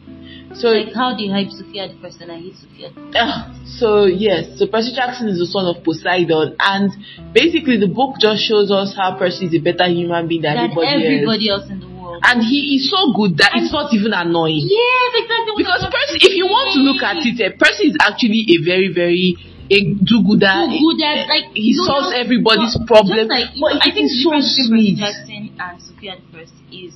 So
Like how they hype Sophia the person, I hate Sophia.
Ah, so yes, so Percy Jackson is the son of Poseidon, and basically the book just shows us how Percy is a better human being than,
than
everybody, else.
everybody else in the world.
And he is so good that it's not even annoying.
yes, exactly. what
Because
I was
Percy, if you want to look at it, eh, Percy is actually a very, very a do-gooder.
saying. Who that like
uh, he
you
solves
know,
everybody's
just- Just
problem,
like, you
but
know,
it
I think the
is so
difference between
sweet.
Percy Jackson and Sophia the first is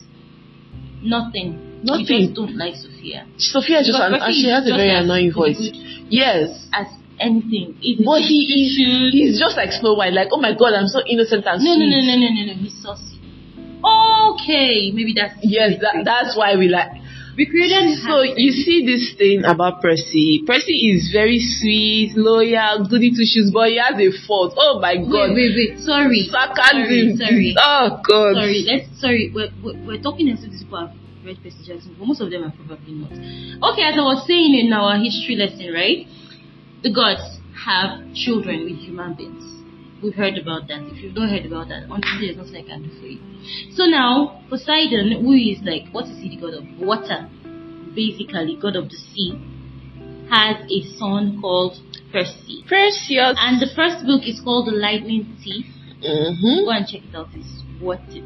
nothing. We just
Nothing.
don't like Sophia
Sophia is just,
Because Percy
an, and she
is
has a
just
very
as
annoying
good,
voice.
good.
Yes,
as anything. It is
but he is, he's just like Snow White. Like, oh my God, I'm so innocent and
No, no,
sweet.
no, no, no, no, no. He's saucy. Okay, maybe that's
Yes, that, that's why we like.
we created.
So you see this thing about Percy. Percy is very sweet, loyal, goody two shoes, but he has a fault. Oh my
wait,
God.
wait, wait. Sorry,
Sarcasm.
sorry, sorry.
Oh God.
Sorry, let's sorry. We're, we're, we're talking as if these people have read Percy Jackson, but most of them are probably not. Okay, as I was saying in our history lesson, right? The gods have children with human beings. We've heard about that. If you've not heard about that, honestly, there's nothing I can do for you. So now, Poseidon, who is like, what is he, the god of water? Basically, god of the sea, has a son called Percy.
Precious.
And the first book is called The Lightning Thief go
Mm-hmm.
and check it out. It's worth it.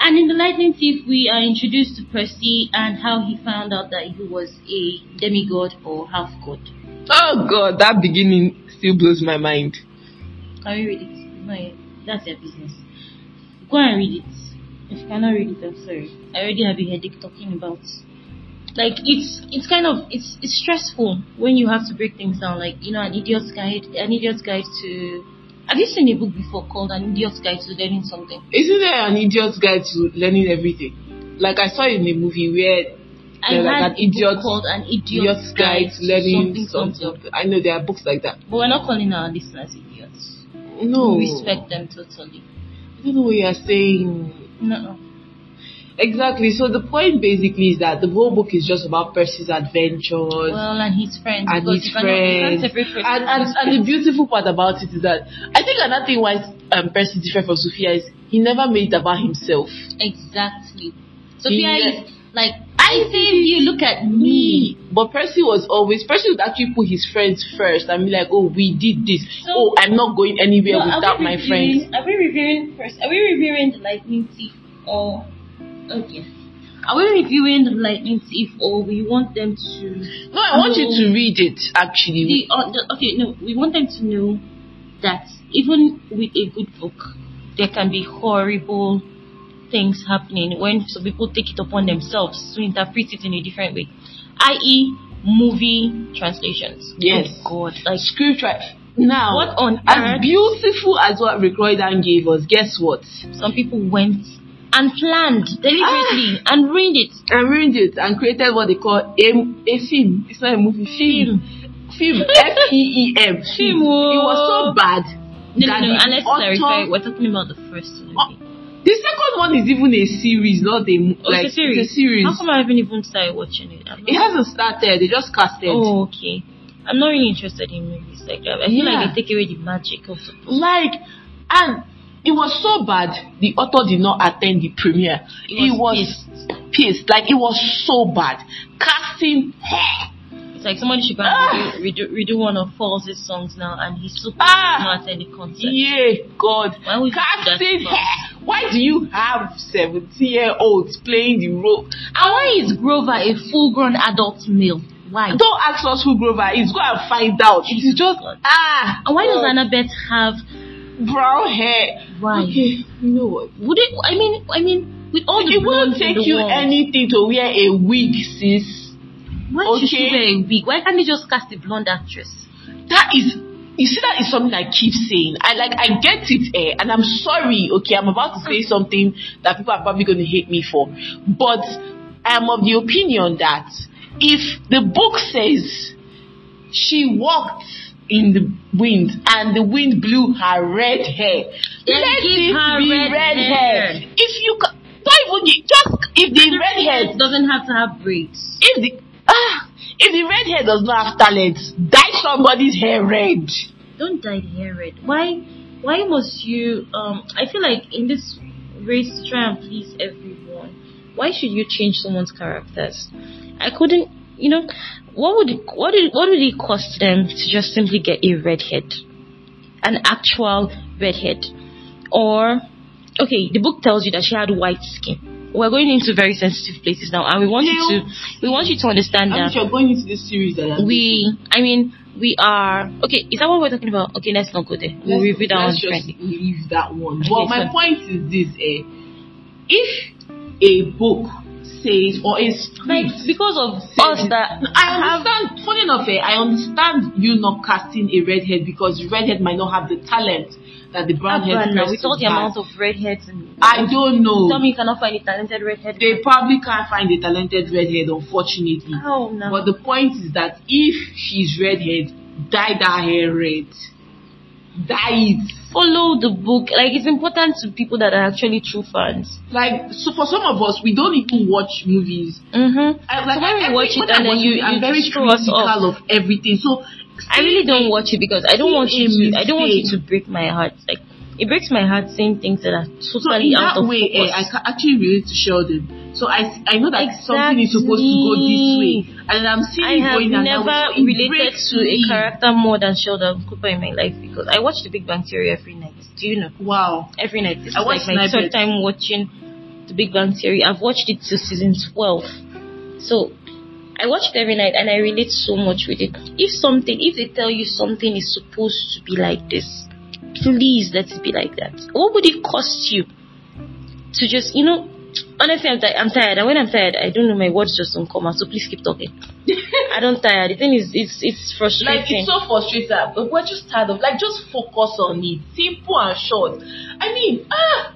And in the Lightning Thief, we are introduced to Percy and how he found out that he was a demigod or half god.
Oh God, that beginning still blows my mind.
Can you read it? No, eh, that's your business. Go and read it. If you cannot read it, I'm sorry. I already have a headache talking about. Like it's it's kind of it's it's stressful when you have to break things down. Like you know, an idiot's guide, an idiot's guide to. Have you seen a book before called An Idiot's Guide to Learning Something?
Isn't there an idiot's guide to learning everything? Like I saw in a movie where
I
Yeah,
had a
like an
book
idiot-
called an
idiot's guide to learning something. I know there are books like that.
But we're not calling our listeners idiots.
No.
We respect them totally.
I don't know what you are saying.
No, no.
Exactly. So the point basically is that the whole book is just about Percy's adventures
Well, and his friends.
and
because
his
you cannot- you can't
friends.
separate
And,
person
and,
from
and the beautiful part about it is that I think another thing why um, Percy is different from Sophia is he never made it about himself.
friends. exactly. Sophia
Yeah.
is like, I saved you. Look at me.
Mm. But Percy was always Percy would actually put his friends first and be like, "Oh, we did this.
So-
oh, I'm not going anywhere
So are
without
we
my
reviewing-
friends."
Are we reviewing first? Are we reviewing the lightning thief or? Okay. Are we reviewing the lightning thief or we want them to?
No, I want you to read it actually.
the, uh, the, okay, no, we want them to know that even with a good book, there can be horrible things happening when some people take it upon themselves to interpret it in a different way. I.e., movie translations.
Yes.
Good God. Like,
Scripture. Now,
What on
as
earth?
beautiful as what Rick Roydan gave us, guess what?
some people went and planned deliberately
Ah.
and ruined it.
And ruined it and created what they call a, a film. It's not a movie, film. Film. F E E M.
Film,
It was
oh.
so bad.
No,
that
no, no.
the
And let's clarify.
author-
We're talking about the first movie.
Oh, The second one is even a series, not a mo-
Oh,
like
it's a series.
It's a series.
How come I haven't even started watching it? I'm
It
not-
hasn't started. They just casted.
oh, okay. I'm not really interested in movies like that. I feel
Yeah.
like they take away the magic of the
Like, and it was so bad. The author did not attend the premiere.
He
It
was
was, pissed. Like it was so bad. Casting.
It's like somebody should go and redo, redo, redo one of Falls' songs now, and he's super
Ah.
not at the concert.
Yeah, God.
Why would you do that
Casting.
to
Why do you have seventeen-year-olds playing the role?
And why is Grover a full-grown adult male? Why?
Don't ask us who Grover is. Go and find out. It is just
God.
ah.
And why does
God.
Annabeth have
brown hair?
Why?
Okay, you know what?
Would it? I mean, I mean, with all the
it won't
blondes in
take
the
you
world,
anything to wear a wig, sis.
Why should she
okay.
wear a wig? Why can't they just cast a blonde actress?
That is, you see, that is something I keep saying. I like, I get it, eh, and I'm sorry, okay, I'm about to say something that people are probably going to hate me for, but I am of the opinion that if the book says she walked in the wind and the wind blew her red hair,
Then
let
give
it
her
be
red
red,
hair.
hair. If you ca- don't even just if the red hair
doesn't have to have braids.
if the ah if the red hair does not have talent dye somebody's hair red
Don't dye the hair red. Why? Why must you? Um, I feel like in this race to try and please everyone, why should you change someone's characters? I couldn't. You know, what would it, what did what would it cost them to just simply get a redhead, an actual redhead, or okay, the book tells you that she had white skin. We're going into very sensitive places now, and we want you to we want you to understand
and
that
if you're going into this series that I'm
we i mean we are okay is that what we're talking about okay let's not go there we'll
let's-
review that one
let's just
friendly
leave that one
Okay,
but my
so-
point is this eh if a book says or a
like
script
because of us
says-
that
I understand funny enough eh I understand you not casting a redhead because redhead might not have the talent that the brown
have
head
now with all the amount of redheads and
I don't know
tell me you cannot find a talented redhead
they probably can't find a talented redhead unfortunately
oh no
But the point is that if she's redhead, dye that hair red. Dye it.
follow the book like it's important to people that are actually true fans
Like so for some of us we don't even watch movies.
mm-hmm.
I,
So
like,
when we
every-
watch it
when I
and then
watch
you-
movies, I'm
you
very
just throw us
critical
off.
of everything. So
I really don't watch it because I don't want you to I don't want you to break my heart like it breaks my heart seeing things that are
so in
totally out
that
of
way,
focus.
eh, I can actually relate to Sheldon. So I I know that something is supposed to go this way, and I'm seeing
I
it
have
going and
never
that way. So it
related
breaks
to a
me.
character more than Sheldon Cooper in my life because I watch The Big Bang Theory every night. Do you know?
Wow.
Every night. This is
I
like
watch
my third
snippets.
time watching The Big Bang Theory. I've watched it till season 12. So I watch it every night and I relate so much with it. If something, if they tell you something is supposed to be like this, please let it be like that. What would it cost you to just, you know, honestly, I'm, ti- I'm tired. And when I'm tired, I don't know, my words just don't come out. So please keep talking. I don't tired. The thing is, it's, it's
Like
frustrating.
it's so frustrating, but we're just tired of like just focus on it, simple and short. I mean, ah,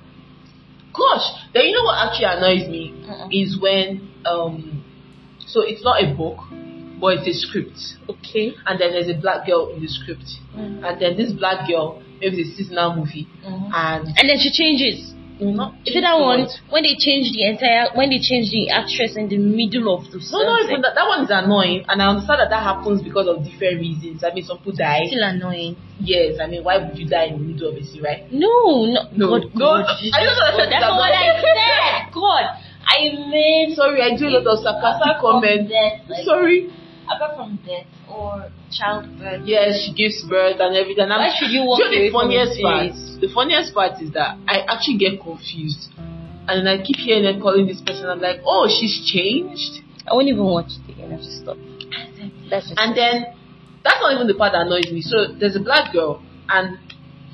gosh. Then you know what actually annoys me
Mm-mm.
is when um, so it's not a book, but it's a script,
okay.
and then there's a black girl in the script,
Mm.
and then this black girl maybe it's a seasonal movie,
Mhm.
and
And then she changes.
you're not
Is it that one when they change the entire when they change the actress in the middle of the
No, no,
sunset?
even that, that one is annoying, and I understand that that happens because of different reasons. I mean, some people die.
still annoying.
Yes, I mean, why would you die in the middle of a scene, right?
No, no,
No.
God,
No,
God,
I
Jesus,
don't understand
God, that's
that.
not what I said. God, I mean,
Sorry, I do a lot of sarcastic
apart from
comments.
Death, like,
Sorry.
apart from death or childbirth,
Yes, she gives birth and everything. and I'm-
Why should you walk
Do know
away
the
from
funniest
the
part?
series?
The funniest part is that I actually get confused, and then I keep hearing them calling this person. I'm like, oh, she's changed,
I won't even watch it again. I just stop. That's just
and then that's not even the part that annoys me. So there's a black girl, and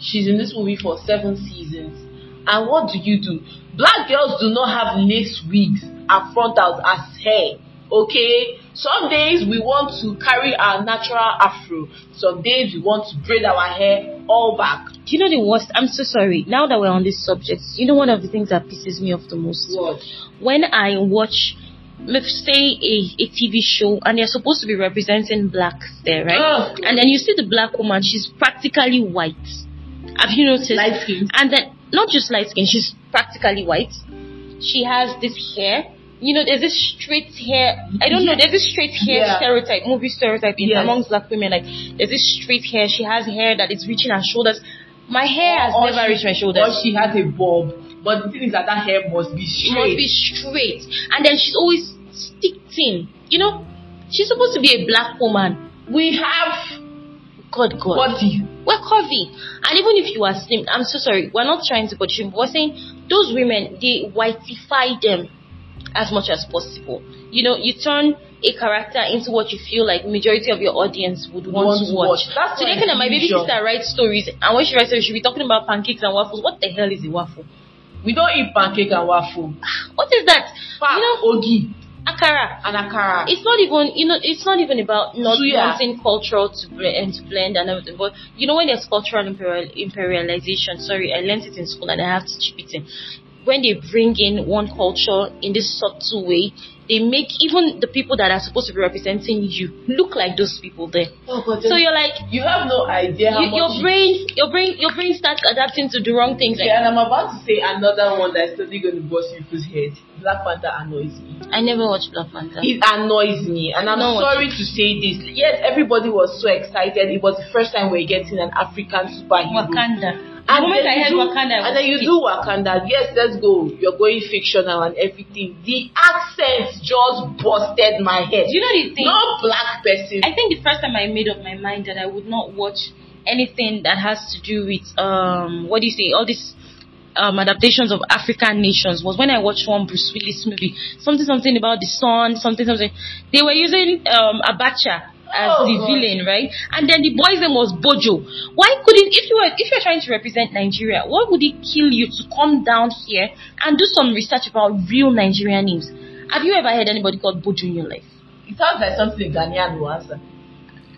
she's in this movie for seven seasons. And what do you do? Black girls do not have lace wigs and frontals as hair. Okay, Some days we want to carry our natural afro. Some days we want to braid our hair all back.
Do you know the worst? I'm so sorry. Now that we're on this subject, you know one of the things that pisses me off the most?
What?
When I watch, let's say, a, a TV show and they're supposed to be representing blacks there, right?
Ugh.
And then you see the black woman, she's practically white. Have you noticed?
Light skin.
And then, not just light skin, she's practically white. She has this hair. You know, there's this straight hair. I don't know. There's this straight hair
Yeah.
stereotype, movie stereotype in
Yes.
amongst black women. Like, there's this straight hair. She has hair that is reaching her shoulders. My hair has
Or
never
Oh, she- oh,
reached my
Or
shoulders.
she has a bob. But the thing is that that hair must be
She
straight.
must be straight. And then she's always sticking. You know, she's supposed to be a black woman.
we have
God, God.
body.
we're curvy and even if you are slim i'm so sorry we're not trying to portray but we're saying those women they whiteify them as much as possible you know you turn a character into what you feel like majority of your audience would want,
Want
to
to
watch,
watch. That's
so
why
they kind of my baby
confusion.
sister writes stories and when she writes stories she'll be talking about pancakes and waffles what the hell is a waffle
We don't eat pancake and waffle.
what is that
Pap,
you know
ogi,
akara
and akara.
it's not even you know it's not even about not
Suya.
wanting cultural to blend and to blend and everything but you know when there's cultural imperial, imperialization sorry i learned it in school and i have to chip it in when they bring in one culture in this subtle way they make even the people that are supposed to be representing you look like those people there
Oh, God,
so you're like
you have no idea how
you,
much
your
it-
brain your brain your brain starts adapting to the wrong things
Okay,
like,
and I'm about to say another one that's totally going to bust people's head. Black Panther annoys me.
i never watched black panther
It annoys me, and I'm
No.
sorry to say this. Yes, everybody was so excited. It was the first time we are getting an African superhero.
wakanda the
And
moment
then
i heard
you do-
wakanda I
and
was
then you
pissed.
do Wakanda. Yes, let's go. You're going fictional and everything. The accents just busted my head.
do you know the thing
no black person.
I think the first time I made up my mind that I would not watch anything that has to do with um what do you say all these um adaptations of African nations was when I watched one Bruce Willis movie something something about the sun something something they were using um Abacha as
Oh,
the
God.
villain right and then the boy's name was Bojo why couldn't if you were if you're trying to represent Nigeria why would it kill you to come down here and do some research about real Nigerian names have you ever heard anybody called Bojo in your life
it sounds like something a Ghanaian will answer.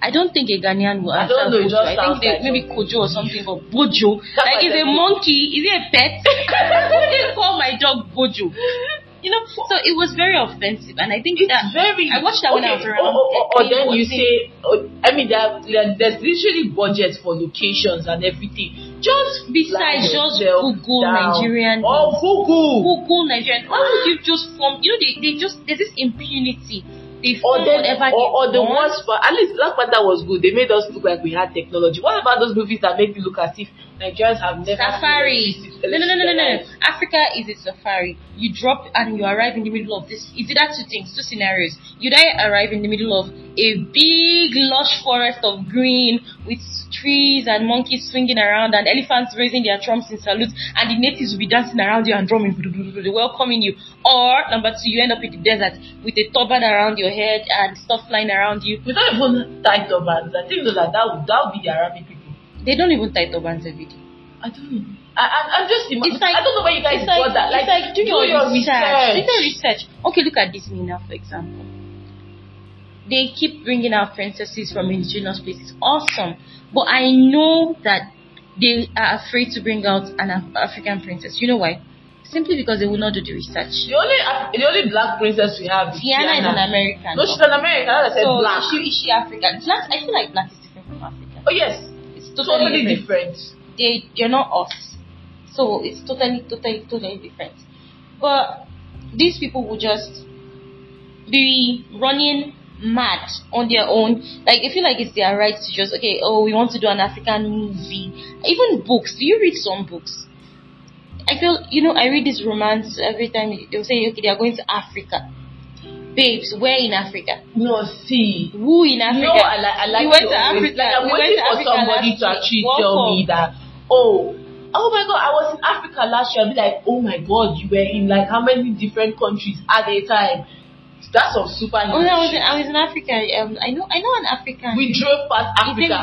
I don't think a Ghanaian will
I
answer
don't know, it
Bojo.
just
I
sounds
think they,
like
maybe Kojo or something, but Bojo.
That's
like,
what
is a
I mean.
monkey? Is he a pet? Who didn't call my dog Bojo? You know, so it was very offensive, and I think
It's
that
very.
I
Oh,
watched that when I was around
Or, or, or, or
13,
then you
14.
say, oh, I mean, there, there, there's literally budget for locations and everything. Just
Besides,
lie
just
yourself
Google
down.
Nigerian
Or Google.
who go Nigerian? Why would you just form? You know, they, they just there's this impunity. They
Or
form
then,
whatever
or, or
they
the
want.
worst part, at least Black Panther was good. They made us look like we had technology. What about those movies that make you look as if Nigerians have never
safari.
seen electricity-
No, no, no, no, no, no.
electricity?
Africa is a safari. You drop and you arrive in the middle of this. It's either two things, two scenarios. You either arrive in the middle of a big lush forest of green with trees and monkeys swinging around and elephants raising their trumps in salute and the natives will be dancing around you and drumming, welcoming you. Or number two, you end up in the desert with a turban around your head and stuff flying around you.
We don't even tie turbans. I think that that would, that would be the Arabic people.
They don't even tie turbans every day.
I don't know. I, I, I'm just
It's
imagining.
like-
I don't know where you guys
it's like,
got that.
it's like do, your, research. Do your research.
research.
Okay, look at Disney now, for example. They keep bringing out princesses from indigenous places. Awesome. But I know that they are afraid to bring out an Af- African princess. You know why? Simply because they will not do the research.
The only Af- the only black princess we have is
Tiana is an American.
No, she's an American. That's why I said
so
black.
Is, she, is she African? Black, I feel like black is different from African.
oh yes,
It's
totally,
totally different.
different.
they you're not us. So it's totally, totally, totally different. But these people will just be running mad on their own. Like I feel like it's their right to just okay, oh we want to do an African movie. Even books. Do you read some books? I feel you know, I read this romance every time they'll say okay they are going to Africa. Babes, where in Africa?
No, see.
Who in Africa?
No, I, li- I like
we went
your
to
ways.
Africa.
Like, I'm
we went
waiting
to
for
Africa
somebody
last
to
week.
actually
Welcome.
tell me that, oh, oh my God, I was in Africa last year. I'll be like, oh my God, you were in like how many different countries at a time? That's some
Oh,
superhero.
I was in,
shit.
I was in Africa. Um, I know I know an African.
we drove past
His name-
Africa.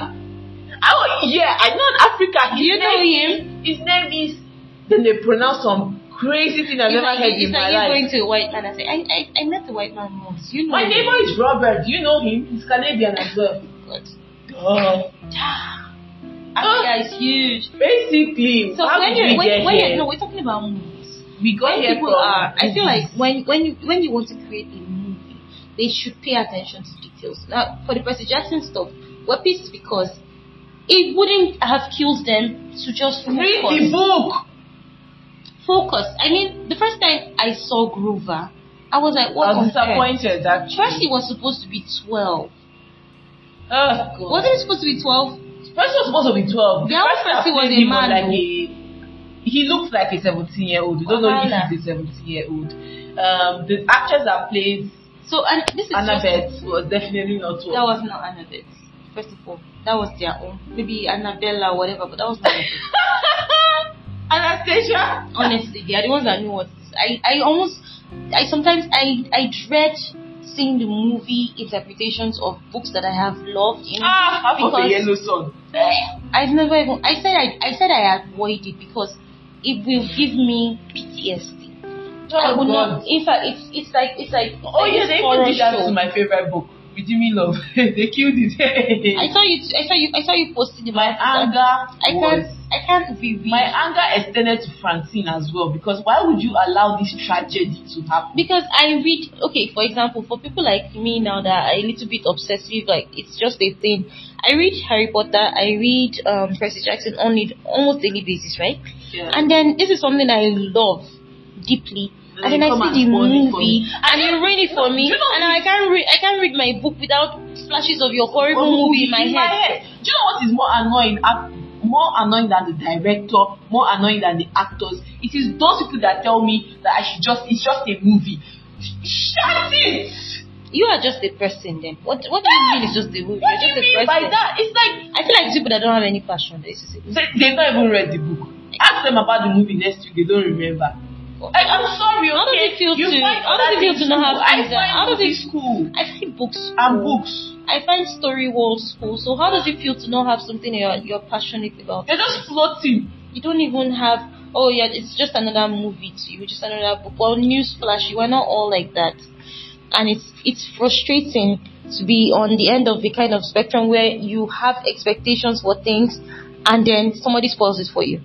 Oh yeah, I know in Africa.
Do you know
name, him? His name is. Then they pronounce some crazy thing I've
It's
ever
like-
heard
it's
in
like
my
you
life.
going to a white man and say, I, I, I met a white man once. You know.
My
him."
neighbor is Robert. Do you know him? He's Canadian as well.
God.
Oh.
Africa is huge.
Basically,
So
how
when you
did we
when,
get
when
here?
you no, we're talking about movies.
we got
When
here
people
from
are, I feel like when when you when you want to create a movie, they should pay attention to details. Now, for the Percy Jackson stuff, we're pissed because it wouldn't have killed them to just
read the
focus.
book.
Focus. I mean, the first time I saw Grover, I was like, what
I
on
was
earth?
disappointed actually.
First, it was supposed to be twelve.
Oh God.
Wasn't it supposed to be twelve?
First was supposed to be twelve.
The other
First I
person was a
played him
man,
Like
though.
a, he looks like a seventeen year old. You don't know
Wahala.
if he's a seventeen year old. Um, the actress that plays
So, and this is just-
Annabeth was definitely not one.
That was not Annabeth. First of all, that was their own. Maybe Annabella or whatever, but that was not. Annabeth.
Anastasia.
Honestly, they are the ones that knew what. I I almost I sometimes I I dread seeing the movie interpretations of books that I have loved. You know,
Ah, half of the
Because-
yellow sun.
I've never even. I said I I said I avoid it because it will give me PTSD. I
Oh
would
God.
not. In fact, it's it's like it's like.
Oh
like
yeah,
this
they even
horror
did that
show.
to my favorite book, with Jimmy Love. they killed it.
I saw you. I saw you. I saw you posting
my
about it. I
anger
can't.
was
I can't be.
my anger extended to Francine as well because why would you allow this tragedy to happen?
because I read okay, for example, for people like me now that are a little bit obsessive, like it's just a thing. I read Harry Potter, I read um Percy Jackson on it almost daily basis, right?
Yeah.
And then this is something I love deeply.
And
And
then
then I
Mm, come and
see the
spoil it for
movie,
me.
and you read it for me,
You know-
and I can't read. I can't read my book without flashes of your horrible
Oh,
movie in my head.
Do you know what is more annoying? Ac- More annoying than the director, more annoying than the actors. It is those people that tell me that I should just, it's just a movie. Sh- Shut it!
You are just a person, then. What What do you mean? It's just a movie.
What do
You're
you
just a
mean
person.
by that? It's like,
I feel like people that don't have any passion. This is it.
they, they've not even read the book. Ask them about the movie next week, they don't remember. I, I'm sorry, okay?
How does it feel
you
to-
find
how does
that
it feel
in
to not
school.
have
I
things that-
find
how does it-
movies cool.
I see books
And
cool.
books.
I find story walls cool. So how does it feel to not have something you're you're passionate about?
They're just floating.
You don't even have oh yeah, it's just another movie to you, just another book. Well, newsflash, you are not all like that, and it's it's frustrating to be on the end of the kind of spectrum where you have expectations for things, and then somebody spoils it for you.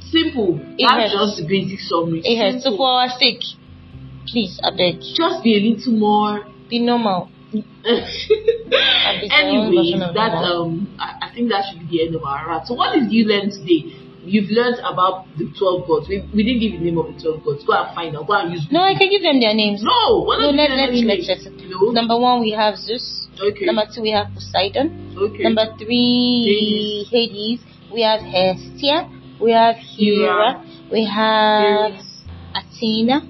Simple.
It hurts.
That's just the basic summary.
It hurts. So
Simple.
for our sake, please, I beg,
Just be a little more eh,
be normal.
Anyways, that um, I, I think that should be the end of our wrap. So, what did you learn today? You've learned about the twelve gods. We, we didn't give you the name of the twelve gods. Go and find out. Go and use.
No, I can give them their names.
No. What
No,
did
let,
you
let's,
learn
let's,
today?
let's.
No.
Number one, we have Zeus.
Okay.
Number two, we have Poseidon.
okay.
Number three, Hades. We have Hestia. We have Hera. We have
Aries.
Athena.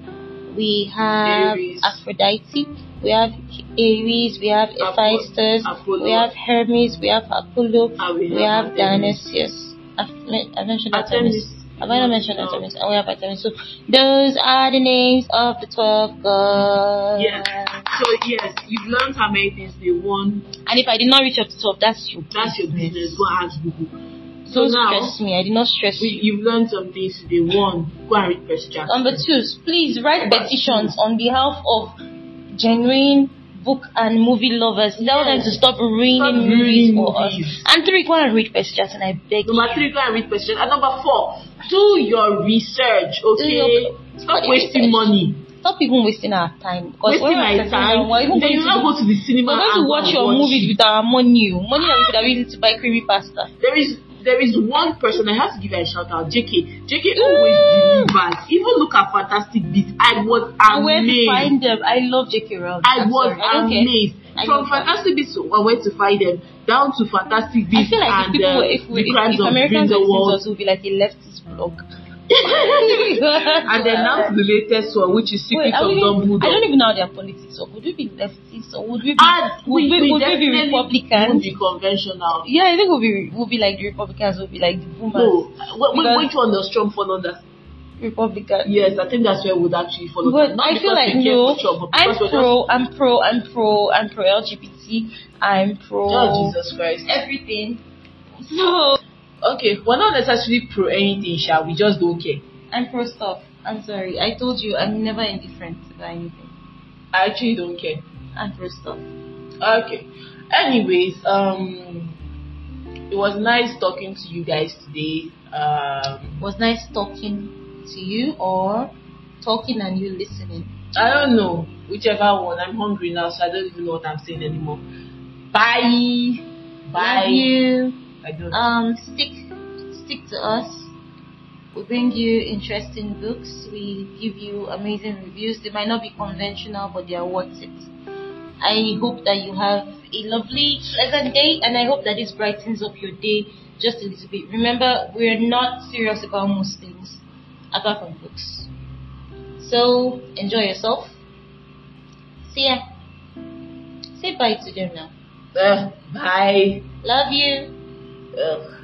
We have
Aries.
Aphrodite. We have Ares. We have
Apollo-
Hephaestus.
Apollo.
We have Hermes. We have Apollo.
And we
We, have
have Artemis.
Dionysius. I've, men- I've mentioned
Artemis.
Artemis. Have I not mentioned
No.
Artemis? And we have Artemis. So those are the names of the twelve gods.
Yes. So yes, you've learned how many things they want.
And if I did not reach up to 12, that's your
That's your business. Go and ask Google. So
Don't
now-
stress me. I did not stress
We,
you.
you've learned some things today. One, go and read Percy Jackson.
Number two, please write
Number
petitions on behalf of genuine book and movie lovers. Tell them to
Yes.
stop ruining
Stop
movies
ruining
for us.
movies.
And three, go and read Percy Jackson. I beg you.
Number three, go and read questions. And number four, do your research, okay?
your- do
Stop
your research.
wasting money.
Stop even wasting our time. Because when
Wasting
we're
my
sitting down,
time.
we're even
Then
going
you
to,
not go to the cinema
we're going
and
to
go
watch
and
your
watch
movies
it.
with our money. oh. Money that we could have used to buy creamy pasta.
There is there is one person I have to give her a shout out, JK. JK
Mm.
always delivers. Even look at Fantastic Beasts. I was
And where to
amazed.
find them? I love J.K. Rowling.
Ah, I
I'm
was
sorry. I don't care.
amazed.
I
From
love her.
Fantastic Beasts, I went to find them, down to Fantastic
I
Beasts
feel like if
and
people,
uh,
were- if, we,
the
if,
crimes
if
of
Americans were listening to us,
Grindelwald.
it would be like a leftist blog.
And then now to the latest one, which is
Wait,
Secrets
are
of
we,
Dumbledore.
I don't even know how their politics are. Would we be leftists or would we be,
And
would we, would we be
Ah, definitely
Republicans?
Would be conventional.
Yeah, I think we'll be we'll be like the Republicans, we'll be like the boomers.
No, wh- wh-
Because-
which one does Trump fall under?
Republicans.
Yes, I think that's where we would actually fall
But
under. Not
I feel
because
like
we care
no,
for Trump, but
I'm
because we're
pro, I'm pro, I'm pro, I'm pro LGBT, I'm pro
Just, oh Jesus Christ!
everything. So
Okay, we're not necessarily pro anything, shall we? Just don't care.
I'm pro stuff. I'm sorry. I told you I'm never indifferent about anything.
I actually don't care.
And for stuff.
Okay. Anyways, um, it was nice talking to you guys today. Um,
Was nice talking to you or talking and you listening.
I don't know whichever one. I'm hungry now, so I don't even know what I'm saying anymore. Bye. Bye.
Love you.
I don't.
Um, stick stick to us. We bring you interesting books. We give you amazing reviews. They might not be conventional, but they are worth it. I hope that you have a lovely, pleasant day, and I hope that this brightens up your day just a little bit. Remember, we're not serious about most things, apart from books. So enjoy yourself. See ya. Say bye to them now.
Ugh, bye.
Love you.
Ugh.